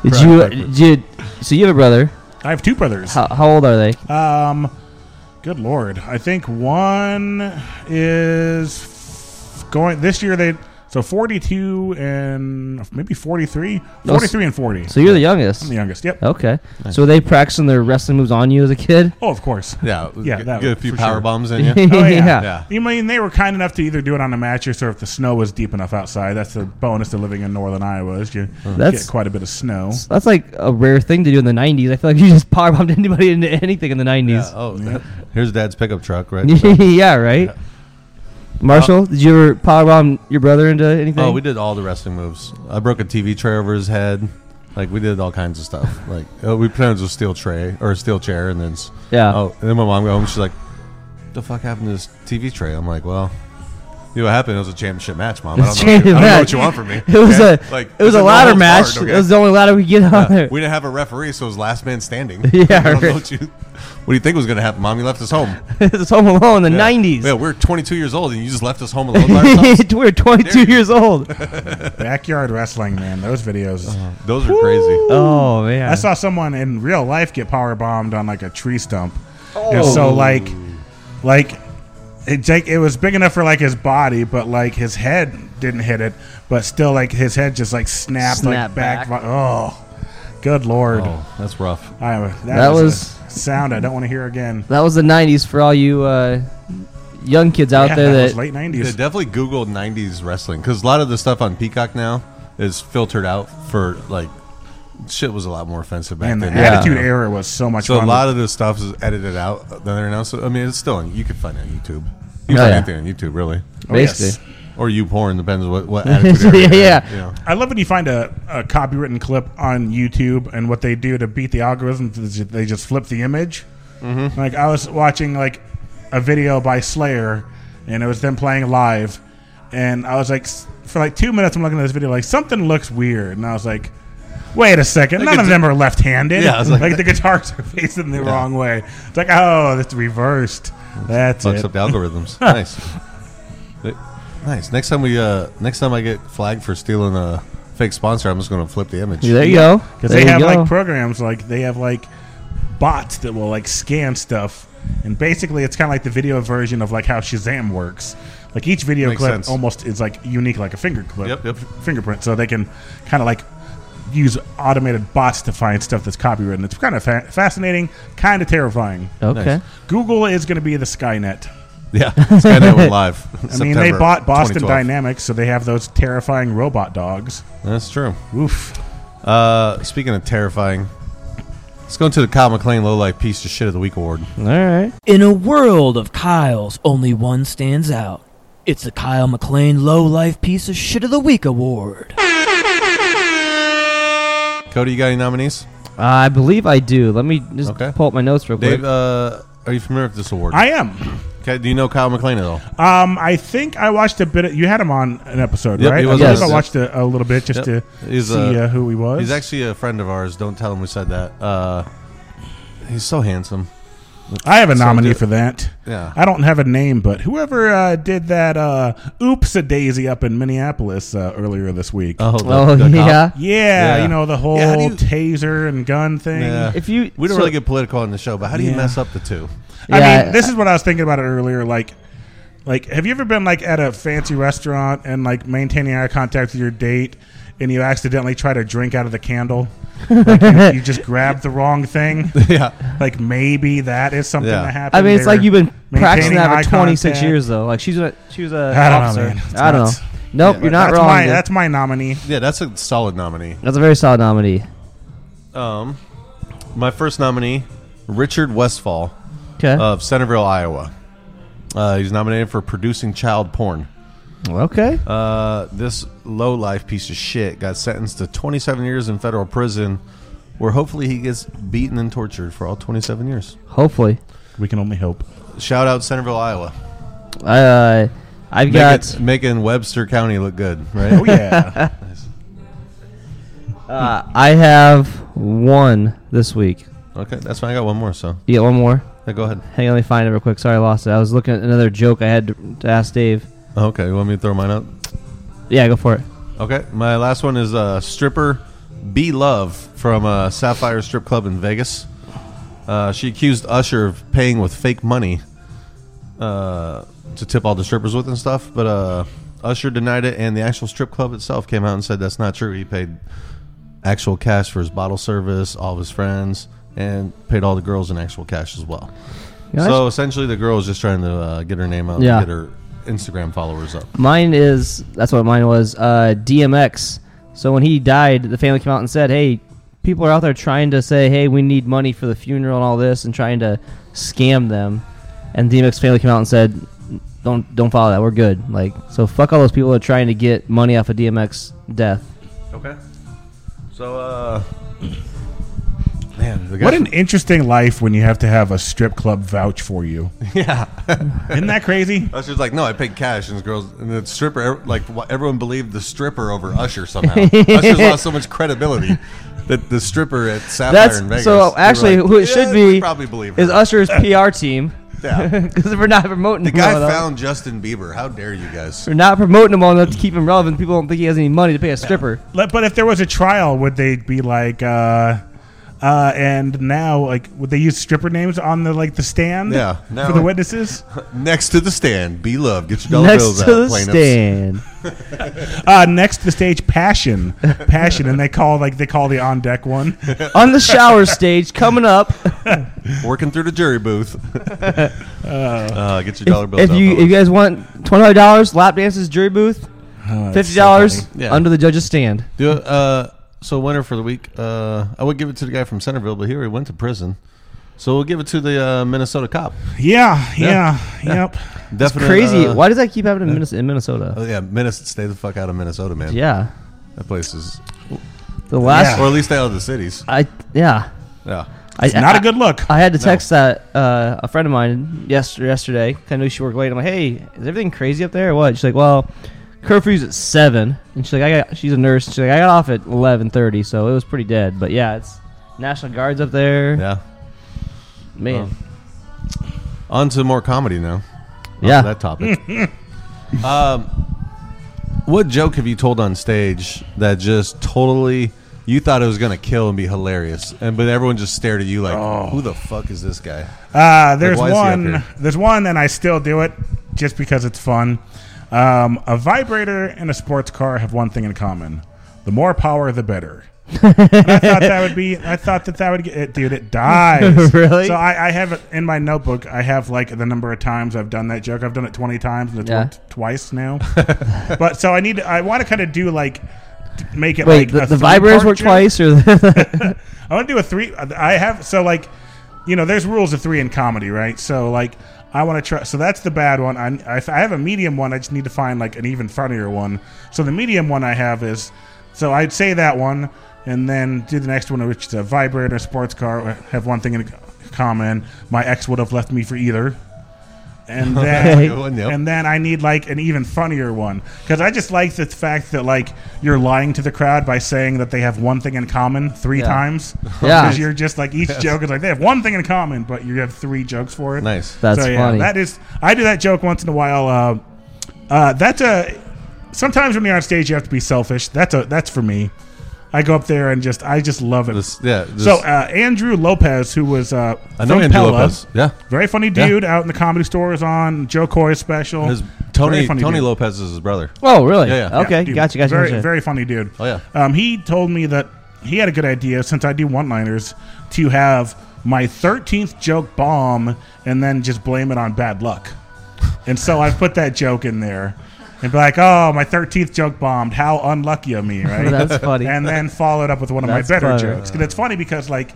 Did Roddy you? Piper. Did so? You have a brother. I have two brothers. How, how old are they? Um, good lord, I think one is f- going this year. They so forty-two and maybe 43? Oh, s- 43 and forty. So Oh. you're the youngest. I'm the youngest. Yep. Okay. So were they practicing their wrestling moves on you as a kid? Oh, of course. Yeah, yeah. get- That get a few for power sure. bombs in you. Oh, yeah. Yeah. Yeah. You mean they were kind enough to either do it on a mattress or if the snow was deep enough outside. That's the bonus to living in northern Iowa is you That's- get quite a bit of snow. That's like a rare thing to do in the '90s. I feel like you just power bombed anybody into anything in the '90s. Oh, here's Dad's pickup truck, right? Yeah, right. Marshall, did you ever power bomb your brother into anything? Oh, we did all the wrestling moves. I broke a TV tray over his head. Like we did all kinds of stuff. Like uh, we planned with a steel tray or a steel chair, and then s- Yeah. Oh, and then my mom got home. She's like, "The fuck happened to this TV tray?" I'm like, "Well, You know what happened? It was a championship match, mom. I It's don't, know, what championship you- I don't know match. what you want from me. It was okay? a- it was it's a ladder no holds match. It was the only ladder we could get on there. We didn't have a referee, so it was last man standing. Yeah, I don't know right. what, you, what do you think was going to happen, mom? You left us home. it's Home Alone in the Yeah. '90s. Yeah, we are 22 years old, and you just left us home alone. By ourselves? we were 22 years old. Backyard wrestling, man. Those videos. those are crazy. Oh man. I saw someone in real life get power bombed on like a tree stump. And so Oh. like like it like, it was big enough for like his body, but like his head didn't hit it, but still like his head just like snapped Snapped like back. Oh. Good lord. Oh, that's rough. I, that, That was, a was- sound I don't want to hear again. That was the '90s for all you uh, young kids out there that Yeah, definitely Google '90s wrestling because a lot of the stuff on Peacock now is filtered out for like shit was a lot more offensive back Man, the then. Attitude Era was so much So fun. a lot of this stuff is edited out. Then they're now. So I mean, it's still on, you can find it on YouTube. You can Oh, find yeah. anything on YouTube, really. Oh, Basically. yes. Or you porn depends what what attitude. Era you're in, you know. I love when you find a, a copywritten clip on YouTube and what they do to beat the algorithm is ju- they just flip the image. Mm-hmm. Like I was watching like a video by Slayer and it was them playing live and I was like s- for like 2 minutes I'm looking at this video like something looks weird and I was like wait a second Like none it's of a- them are left-handed. Yeah, I was like- like, the guitars are facing the Yeah. wrong way. It's like oh that's reversed. That's Fucks it. up the algorithms. nice. Th- Nice. Next time we uh next time I get flagged for stealing a fake sponsor, I'm just gonna flip the image. Because they have like programs, like they have like bots that will like scan stuff, and basically it's kind of like the video version of like how Shazam works. Like each video Makes clip sense. almost is like unique, like a finger clip, Yep, yep. fingerprint. So they can kind of like use automated bots to find stuff that's copywritten. It's kind of fa- fascinating, kind of terrifying. Okay. Nice. Google is going to be the Skynet. Yeah, Skynet went live I mean, they September bought Boston 2012. Dynamics, so they have those terrifying robot dogs. That's true. Oof. Uh, speaking of terrifying, let's go into the Kyle McLean Low Life Piece of Shit of the Week award. All right. In a world of Kyles, only one stands out. It's the Kyle McLean Low Life Piece of Shit of the Week Award. Cody, you got any nominees? Uh, I believe I do. Let me just pull up my notes real quick. Dave, uh, are you familiar with this award? I am. Okay, do you know Kyle McLean at all? Um, I think I watched a bit. Of, you had him on an episode, Yep, right? he I was believe on- I watched a, a little bit just Yep. to He's, see uh, who he was. He's actually a friend of ours. Don't tell him we said that. Uh, he's so handsome. I have a So nominee do- for that. Yeah. I don't have a name, but whoever uh, did that uh, "Oops a Daisy" up in Minneapolis uh, earlier this week. Oh, the- Oh, the cop? yeah? yeah, Yeah. You know the whole Yeah, how do you- taser and gun thing. Yeah. we don't really get political on the show, but how do you Yeah. mess up the two? I mean, this is what I was thinking about it earlier. Like, like, have you ever been like at a fancy restaurant and like maintaining eye contact with your date, and you accidentally try to drink out of the candle? like you, you just grabbed the wrong thing. Yeah. Like maybe that is something Yeah. that happened. I mean, it's They like were you've been practicing maintaining that eye for 26 contact. years, though. Like she's a she was a I don't know, officer. man. It's I don't know. nuts. Nope, Yeah, you're not that's wrong. My, Dave. that's my nominee. Yeah, that's a solid nominee. That's a very solid nominee. Um, my first nominee, Richard Westfall, 'Kay. of Centerville, Iowa. Uh, he's nominated for producing child porn. Okay. Uh, this low life piece of shit got sentenced to 27 years in federal prison, where hopefully he gets beaten and tortured for all 27 years. Hopefully, we can only hope. Shout out Centerville, Iowa. Uh, I've Make got. it- making Webster County look good, right? Oh, yeah. Uh, I have one this week. okay, that's fine. I got one more. So You get one more. Yeah, go ahead. Hang on, let me find it real quick. Sorry, I lost it. I was looking at another joke I had to, to ask Dave. okay, you want me to throw mine out? Yeah, go for it. Okay, my last one is uh, stripper B Love from uh, Sapphire Strip Club in Vegas. Uh, she accused Usher of paying with fake money uh, to tip all the strippers with and stuff, but uh, Usher denied it, and the actual strip club itself came out and said that's not true. He paid actual cash for his bottle service, all of his friends, and paid all the girls in actual cash as well. Yeah, so essentially, the girl is just trying to uh, get her name out, Yeah. and get her Instagram followers up. Mine is that's what mine was. Uh, DMX. So when he died, the family came out and said, "Hey, people are out there trying to say, hey, we need money for the funeral and all this, and trying to scam them." And DMX family came out and said, "Don't don't follow that. We're good. Like so, fuck all those people that are trying to get money off of DMX death." Okay. So, uh, Man, the guy What an interesting life when you have to have a strip club vouch for you. Yeah, isn't that crazy? Usher's like, no, I paid cash, and this girls and the stripper, like wh- everyone believed the stripper over Usher somehow. Usher's lost so much credibility that the stripper at Sapphire That's in Vegas. they so. were Actually, like, who it "Yeah, should we be probably believe is her." Usher's PR team. Yeah. because we're not promoting The him guy well enough. found Justin Bieber. How dare you guys? We're not promoting him well enough to keep him relevant. People don't think he has any money to pay a stripper. Like, But if there was a trial, would they be like, uh, uh, and now, like, would they use stripper names on the like the stand? Yeah, now- for the witnesses. Next to the stand, be loved. Get your dollar Next bills to out, the plaintiffs. stand. uh, next to the stage, passion, passion, and they call like they call the on deck one on the shower stage coming up. Working through the jury booth. uh, get your dollar bills If out. you if you guys want twenty five dollars, lap dances, jury booth, Oh, that's fifty so dollars funny. Yeah. under the judge's stand. Do it, uh, so winner for the week. Uh, I would give it to the guy from Centerville, but here he went to prison. So we'll give it to the uh, Minnesota cop. Yeah, yeah, yep. That's Definite, crazy. uh, Why does that keep happening in yeah. Minnes- in Minnesota? Oh yeah, Minnesota. Stay the fuck out of Minnesota, man. Yeah. that place is The last- or at least out of the cities. I yeah. Yeah. I- It's not I- a good look. I had to No. text that uh, a friend of mine yesterday. Yesterday, 'cause I knew she worked late. I'm like, hey, is everything crazy up there or what? She's like, well, curfew's at seven, and she's like, I got. She's a nurse. She's like, I got off at eleven thirty, so it was pretty dead. But yeah, it's National Guards up there. Yeah. Oh. Man. On to more comedy now. On to Yeah. that topic. um, what joke have you told on stage that just totally you thought it was gonna kill and be hilarious, and but everyone just stared at you like, who the fuck is this guy? Uh, Like, there's why is he up one. here? There's one, and I still do it just because it's fun. Um, a vibrator and a sports car have one thing in common: the more power, the better. And I thought that would be. I thought that that would get it, dude. It dies. Really? So I, I have it in my notebook. I have like the number of times I've done that joke. I've done it twenty times and it's Yeah. worked twice now. but so I need. to- I want to kind of do like t- make it Wait, like the- a the vibrators three-part work joke. twice, or the- I want to do a three. I have so like, you know, there's rules of three in comedy, right? So like, I want to try. So that's the bad one. I if I have a medium one. I just need to find like an even funnier one. So the medium one I have is, so I'd say that one, and then do the next one, which is a vibrator, sports car. uh, Have one thing in common. My ex would have left me for either. And then, That's a good one, yep. and then I need like an even funnier one because I just like the fact that like you're lying to the crowd by saying that they have one thing in common three Yeah. times. Yeah. because you're just like each Yes. joke is like they have one thing in common, but you have three jokes for it. Nice. That's funny. That is, I do that joke once in a while. Uh, uh, that's a. Sometimes when you're on stage, you have to be selfish. That's a. That's for me. I go up there and just I just love it. yeah, this- so uh, Andrew Lopez, who was uh, I know from Andrew Pella, Lopez. Yeah. very funny Yeah. dude out in the comedy stores on Joe Coy special. His- Very Tony funny Tony dude. Lopez is his brother. Oh, really? Yeah. yeah. Okay, dude. gotcha, gotcha, Very, gotcha. very funny dude. Oh, yeah. Um, he told me that he had a good idea since I do one-liners to have my thirteenth joke bomb and then just blame it on bad luck. And so I've put that joke in there. And be like, oh, my thirteenth joke bombed. How unlucky of me, right? That's funny. And uh, then followed up with one of That's my better clever. jokes. And it's funny because like,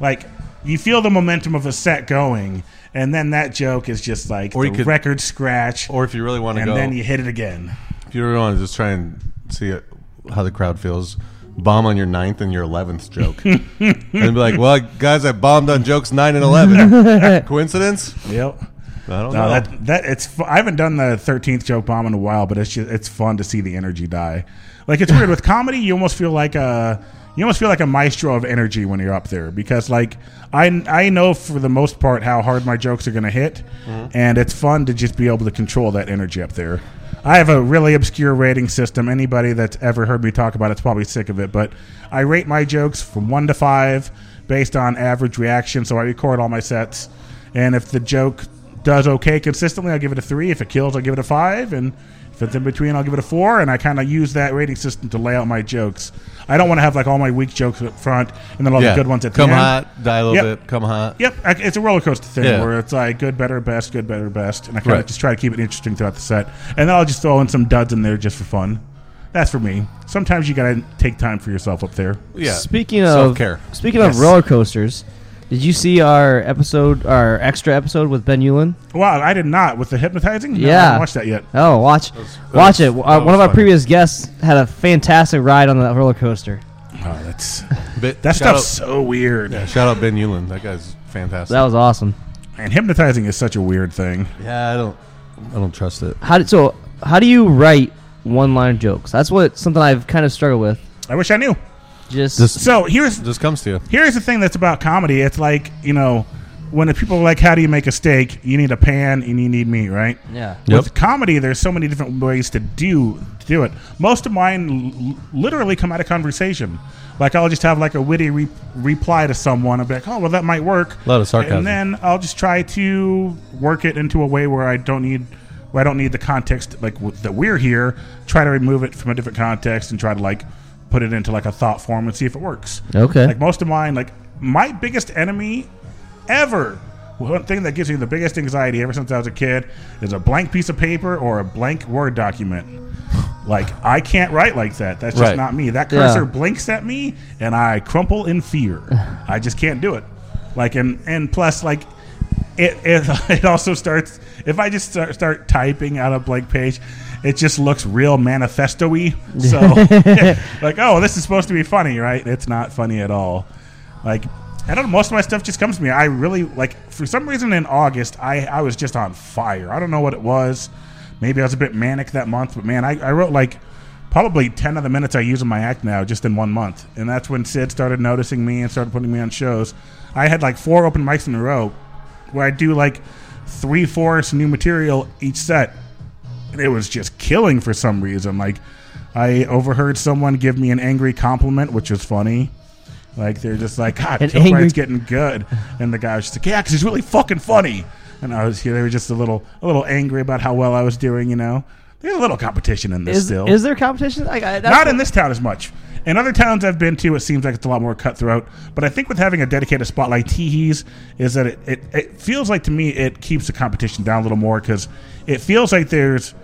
like you feel the momentum of a set going, and then that joke is just like Or you the could- record scratch. Or if you really want to and go, then you hit it again. If you really want to just try and see it, how the crowd feels, bomb on your ninth and your eleventh joke, and be like, "Well, guys, I bombed on jokes nine and 11. Coincidence? Yep. I No, don't know. that that it's. fu- I haven't done the thirteenth joke bomb in a while, but it's just it's fun to see the energy die. Like it's weird with comedy, you almost feel like a you almost feel like a maestro of energy when you're up there because like I I know for the most part how hard my jokes are going to hit, Mhm. and it's fun to just be able to control that energy up there. I have a really obscure rating system. Anybody that's ever heard me talk about it's probably sick of it, but I rate my jokes from one to five based on average reaction. So I record all my sets, and if the joke does okay consistently, I'll give it a three. If it kills, I'll give it a five, and if it's in between, I'll give it a four. And I kind of use that rating system to lay out my jokes. I don't want to have like all my weak jokes up front and then all Yeah. the good ones at Come the end. hot, die a little Yep. bit. Come hot. Yep, I- it's a roller coaster thing Yeah. where it's like good, better, best, good, better, best, and I kind of Right. just try to keep it interesting throughout the set, and then I'll just throw in some duds in there just for fun. That's for me. Sometimes you gotta take time for yourself up there. Speaking of Speaking of roller coasters, did you see our episode, our extra episode with Ben Eulen? wow, I did not with the hypnotizing. No, I yeah, haven't watched that yet. Oh, watch, That was- that watch was- it. Our- that one was of our funny. previous guests had a fantastic ride on the roller coaster. Oh, that's Bit- that shout stuff's out- so weird. Yeah, shout out Ben Euland. That guy's fantastic. awesome. And hypnotizing is such a weird thing. Yeah, I don't. I don't trust it. How did so? How do you write one line jokes? That's what something I've kind of struggled with. I wish I knew. Just so here's this comes to you. Here's the thing that's about comedy. It's like you know when the people are like, "How do you make a steak? You need a pan and you need meat, right?" Yeah. With comedy, there's so many different ways to do to do it. Most of mine l- l- literally come out of conversation. Like I'll just have like a witty re- reply to someone and be like, "Oh, well, that might work." A lot of sarcasm. And then I'll just try to work it into a way where I don't need where I don't need the context like w- that we're here. Try to remove it from a different context and try to like put it into like a thought form and see if it works. Okay. Like most of mine, like my biggest enemy ever. One thing that gives me the biggest anxiety ever since I was a kid is a blank piece of paper or a blank Word document. Like I can't write like that. That's just Right. not me. That Yeah. cursor blinks at me and I crumple in fear. I just can't do it. Like and and plus like it it, it also starts if I just start, start typing out a blank page, it just looks real manifesto-y. So like oh this is supposed to be funny, right? It's not funny at all. Like I don't know, most of my stuff just comes to me. I really like for some reason in August I I was just on fire. I don't know what it was. Maybe I was a bit manic that month, but man, I, I wrote like probably 10 of the minutes I use in my act now just in one month. And that's when Sid started noticing me and started putting me on shows. I had like four open mics in a row where I do like three fourths new material each set. And it was just killing for some reason. Like, I overheard someone give me an angry compliment, which was funny. Like, they're just like, God, An Kilbride's angry- getting good. And the guy was just like, Yeah, because he's really fucking funny. And I was, they were just a little, a little angry about how well I was doing, you know? There's a little competition in this Is, still. is there competition? Like, I, that's Not in this town as much. In other towns I've been to, it seems like it's a lot more cutthroat. But I think with having a dedicated spot like Teehees is that it, it, it feels like to me it keeps the competition down a little more because it feels like there's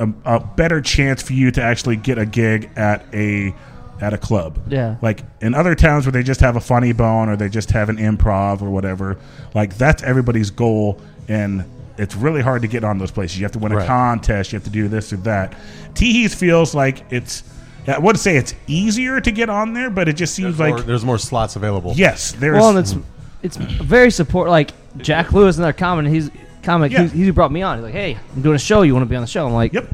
a, a better chance for you to actually get a gig at a at a club. Yeah. Like in other towns where they just have a funny bone or they just have an improv or whatever, like that's everybody's goal and it's really hard to get on those places. You have to win a Right. contest, you have to do this or that. Teehees feels like it's I would say it's easier to get on there, but it just seems Or like there's more slots available. yes, there's well, and it's it's very support. Like Jack Lewis, another comic. He's comic. Yeah. He's, he's who brought me on. He's like, hey, I'm doing a show. You want to be on the show? I'm like, yep.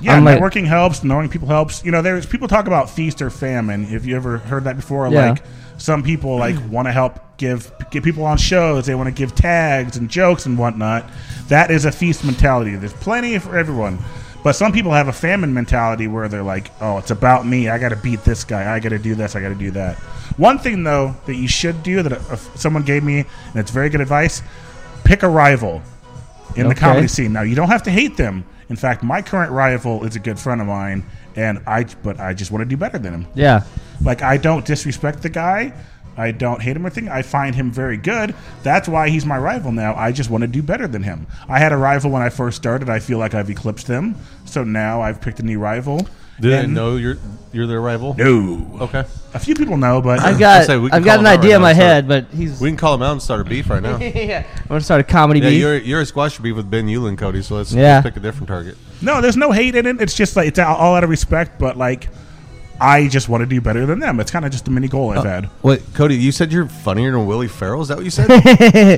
yeah, I'm like, networking helps, knowing people helps. You know, there's people talk about feast or famine. If you ever heard that before, Yeah. like some people like want to help give get people on shows. They want to give tags and jokes and whatnot. That is a feast mentality. There's plenty for everyone. But some people have a famine mentality where they're like, "Oh, it's about me. I got to beat this guy. I got to do this. I got to do that." One thing though that you should do that uh, someone gave me, and it's very good advice: pick a rival in the Okay. comedy scene. Now you don't have to hate them. In fact, my current rival is a good friend of mine, and I but I just want to do better than him. yeah. Like I don't disrespect the guy. I don't hate him or anything. I find him very good. That's why he's my rival now. I just want to do better than him. I had a rival when I first started. I feel like I've eclipsed them. So now I've picked a new rival. Do they And know you're you're their rival? No. Okay. A few people know, but I've got- I've got an idea in my head, but he's. We can call him out and start a beef right now. yeah. I'm gonna start a comedy. yeah, beef. you're you're a squasher beef with Ben Euland, Cody. So let's, Yeah. let's pick a different target. No, there's no hate in it. It's just like it's all all out of respect, but like I just want to do better than them. It's kind of just a mini goal I've Uh, had. Wait, Cody, you said you're funnier than Willie Farrell. Is that what you said?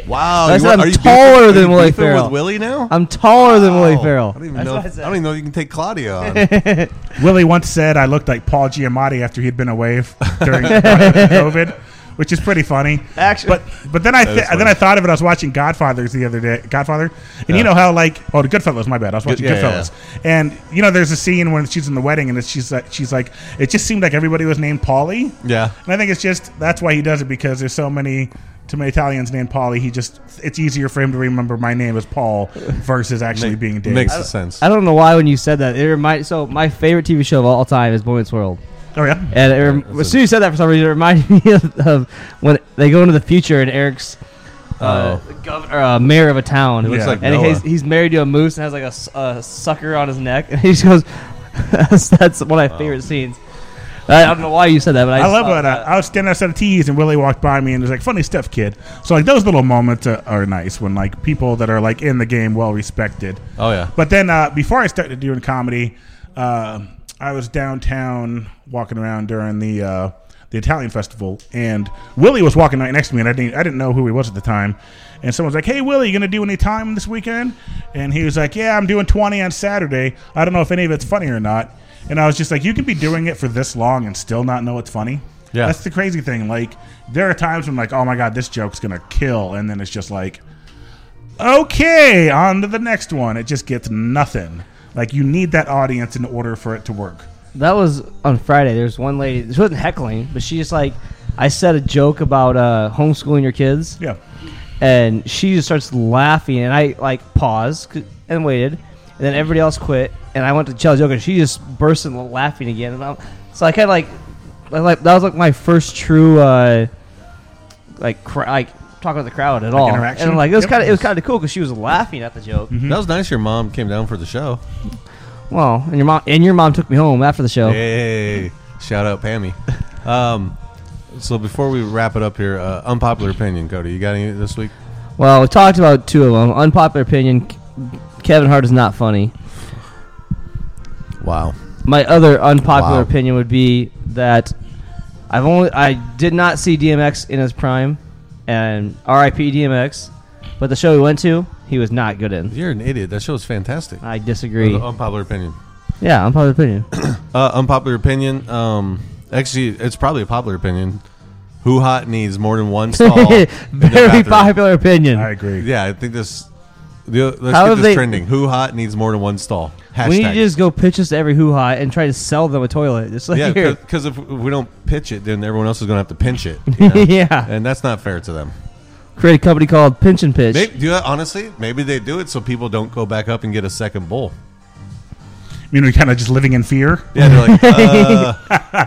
wow, I you said want- are I'm you taller beefing- are than you Willie beefing Farrell. With Willie now? I'm taller than Willie Wow. Farrell. I don't even That's know. what I I, don't even know you can take Claudia on. Willie once said I looked like Paul Giamatti after he'd been away f- during COVID, which is pretty funny. Actually, but but then I That th- is funny. then I thought of it. I was watching Godfather's the other day. Godfather, and you Yeah. know how like oh the Goodfellas, my bad. I was Good- watching yeah, yeah, Goodfellas, and you know there's a scene when she's in the wedding and it's, she's like she's like it just seemed like everybody was named Paulie. Yeah. And I think it's just that's why he does it because there's so many too many Italians named Paulie. He just it's easier for him to remember my name is Paul versus actually being Dave. makes sense. I don't know why when you said that it reminded. So my favorite TV show of all time is Boy Meets World. Oh yeah. And it rem- as soon as you said that, for some reason, it reminded me of, of when they go into the future and Eric's. Uh, Oh. the governor, uh, mayor of a town. He looks like and Noah. he's, he's married to a moose and has like a, s- a sucker on his neck. And he just goes, that's, that's one of my favorite scenes. I, I don't know why you said that, but I, I, just love when thought I, I was standing outside of T's and Willie walked by me and was like, "Funny stuff, kid." So like those little moments uh, are nice when like people that are like in the game, well respected. Oh, yeah. But then uh, before I started doing comedy, uh, I was downtown walking around during the uh, the Italian festival, and Willie was walking right next to me, and I didn't I didn't know who he was at the time. And someone's like, "Hey, Willie, you gonna do any time this weekend?" And he was like, "Yeah, I'm doing 20 on Saturday. I don't know if any of it's funny or not." And I was just like, "You can be doing it for this long and still not know it's funny." Yeah. that's the crazy thing. Like, there are times when like, "Oh my god, this joke's gonna kill," and then it's just like, "Okay, on to the next one." It just gets nothing. Like, you need that audience in order for it to work. That was on Friday. There was one lady. She wasn't heckling, but she just like I said a joke about uh, homeschooling your kids. Yeah. And she just starts laughing, and I like paused c- and waited, and then everybody else quit, and I went to tell a joke, and she just burst into laughing again, and I'm, so I kind of like, I, like that was like my first true uh, like cr- like talking to the crowd at Like all, interaction? and like it was Yep. kind of it was kind of cool because she was laughing at the joke. That was nice. Your mom came down for the show. Mm-hmm. Well, and your mom and your mom took me home after the show. Hey, shout out Pammy. Um, so before we wrap it up here, uh, unpopular opinion, Cody. You got any this week? Well, we talked about two of them. Unpopular opinion: Kevin Hart is not funny. Wow. My other unpopular Wow. opinion would be that I've only I did not see DMX in his prime, and R.I.P. DMX. But the show he went to, he was not good in. You're an idiot. That show is fantastic. I disagree. Uh, unpopular opinion. Yeah, unpopular opinion. Uh, unpopular opinion. Um, actually, it's probably a popular opinion. Who hot needs more than one stall? Oh, in their Very bathroom? popular opinion. Yeah, I think this. The, let's How get have this they- trending. Who hot needs more than one stall? Hashtag. We need to just go pitch this to every hoo ha and try to sell them a toilet. Just like yeah, here. because if we don't pitch it, then everyone else is going to have to pinch it. you know? Yeah. and that's not fair to them. create a company called Pinch and Pitch. Maybe, do you, honestly, maybe they do it so people don't go back up and get a second bowl. I mean, we're kind of just living in fear. Yeah, they're like, uh,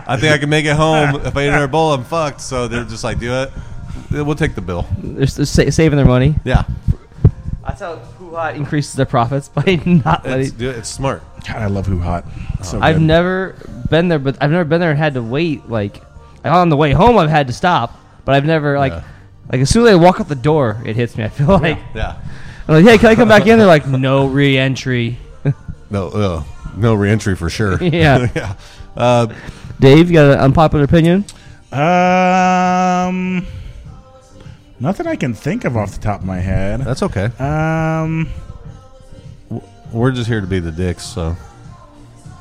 I think I can make it home. If I eat another bowl, I'm fucked. So they're just like, do it. We'll take the bill. They're s- sa- saving their money. Yeah. That's how Hoo Ha increases their profits by not It's, letting. do it. it's smart. God, I love Who Hot. So I've good. never been there, but I've never been there and had to wait. Like on the way home, I've had to stop, but I've never like like as soon as I walk out the door, it hits me. I feel like Yeah. I'm like, hey, can I come back in? They're like, no re-entry. No, uh, no reentry for sure. Yeah. yeah. Uh, Dave, you got an unpopular opinion? Um, nothing I can think of off the top of my head. That's okay. Um, We're just here to be the dicks, so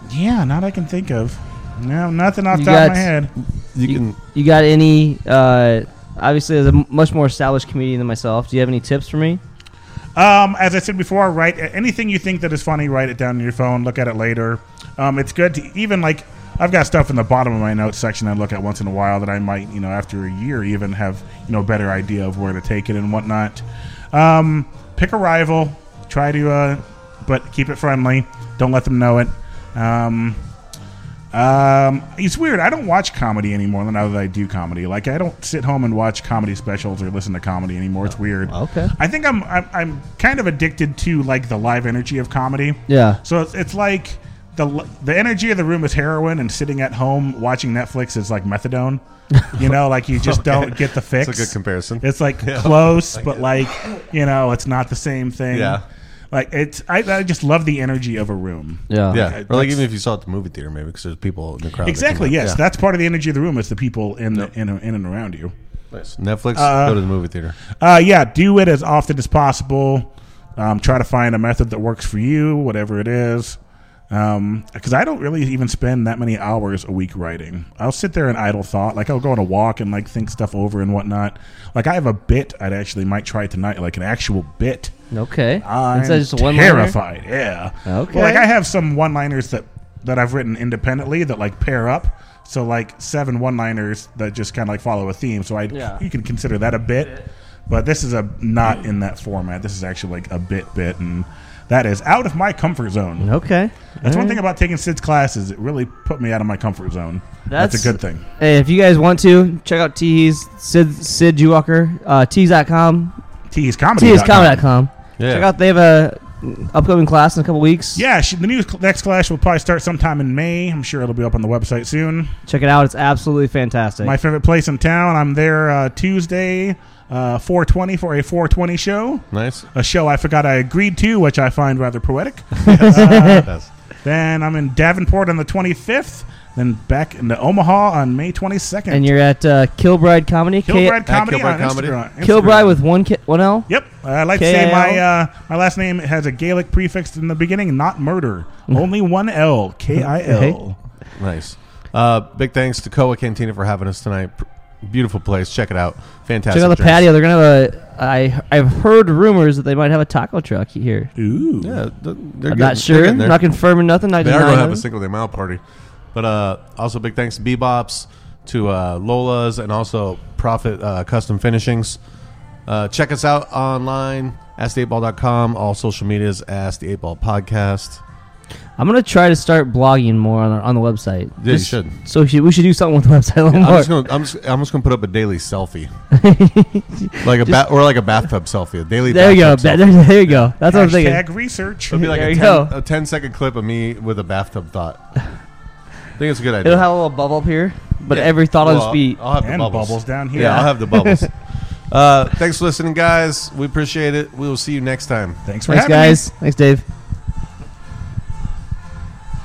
yeah, not I can think of. No, nothing off the You top of got- my head. You can. You got any? Uh, obviously, as a m- much more established comedian than myself, do you have any tips for me? Um, as I said before, write anything you think that is funny. Write it down on your phone. Look at it later. Um, it's good to even like I've got stuff in the bottom of my notes section I look at once in a while that I might you know after a year even have you know better idea of where to take it and whatnot. Um, pick a rival. Try to, uh, but keep it friendly. Don't let them know it. Um, um, it's weird. I don't watch comedy anymore now that I do comedy. Like I don't sit home and watch comedy specials or listen to comedy anymore. It's weird. Okay. I think I'm I'm, I'm kind of addicted to like the live energy of comedy. Yeah. So it's, it's like the l- the energy of the room is heroin, and sitting at home watching Netflix is like methadone. You know, like you just Okay. don't get the That's fix. a good comparison. It's like Yeah. close, I but like you know, it's not the same thing. Yeah. Like it's I, I just love the energy of a room. yeah. Like, or like that's- even if you saw it at the movie theater, maybe because there's people in the crowd. that Exactly. come out. Yes, Yeah. that's part of the energy of the room. It's the people in the, in, in and around you. Nice. Netflix. Uh, go to the movie theater. Uh, yeah, do it as often as possible. Um, try to find a method that works for you, whatever it is. Because I don't really even spend that many hours a week writing. I'll sit there in idle thought, like I'll go on a walk and like think stuff over and whatnot. Like I have a bit I'd actually might try tonight, like an actual bit. Okay. I'm Instead of just a one-liner? terrified. Yeah. Okay. Well, like I have some one-liners that that I've written independently that like pair up. So like seven one-liners that just kind of like follow a theme. So I Yeah. you can consider that a bit, but this is a not in that format. This is actually like a bit bit, and that is out of my comfort zone. Okay. That's one Alright. thing about taking Sid's class is it really put me out of my comfort zone. That's, a good thing. Hey, if you guys want to check out T's Sid Sid Jewalker, uh, T's.com. T's T's.com. Yeah. Check out they have a upcoming class in a couple weeks. Yeah, sh- the new cl- next clash will probably start sometime in May. I'm sure it'll be up on the website soon. Check it out. It's absolutely fantastic. My favorite place in town. I'm there uh, Tuesday, uh, 420 for a 420 show. Nice. A show I forgot I agreed to, which I find rather poetic. Uh, Then I'm in Davenport on the 25th. Then back into Omaha on May 22nd. And you're at uh, Kilbride Comedy. Kilbride Comedy on Instagram. Instagram. Kilbride with one K- one L. Yep. I like to say my uh, my last name has a Gaelic prefix in the beginning, not murder. Only one L. K I L. Nice. Uh, big thanks to Koa Cantina for having us tonight. P- Beautiful place. Check it out. Fantastic. Check out the drinks. patio. They're gonna have a. I I've heard rumors that they might have a taco truck here. Ooh. Yeah. th- They're I'm getting- not they're sure. getting there. Not confirming nothing. I they are deny going to have a nothing. Cinco de Mayo party. But uh, also big thanks to Bebops, to uh, Lola's, and also Profit uh, Custom Finishings. Uh, check us out online, asktheeightball.com. All social medias, Ask the Eight Ball Podcast. I'm gonna try to start blogging more on, our, on the website. Yeah, you Just- should. So we should, we should do something with the website a little I'm more. just, gonna, I'm, just, I'm just gonna put up a daily selfie, like a ba- or like a bathtub selfie, a daily. There you go. bathtub Ba- selfie. there you go. That's what I'm thinking. Hashtag research. It'll be like There a you go. 10, a 10 second clip of me with a bathtub thought. I think it's a good idea. It'll have a little bubble up here, but Yeah. every thought Well, will uh, just be I'll have the And bubbles. bubbles down here. Yeah, I'll have the bubbles. uh, thanks for listening, guys. We appreciate it. We will see you next time. Thanks Thanks, guys. Thanks, Dave.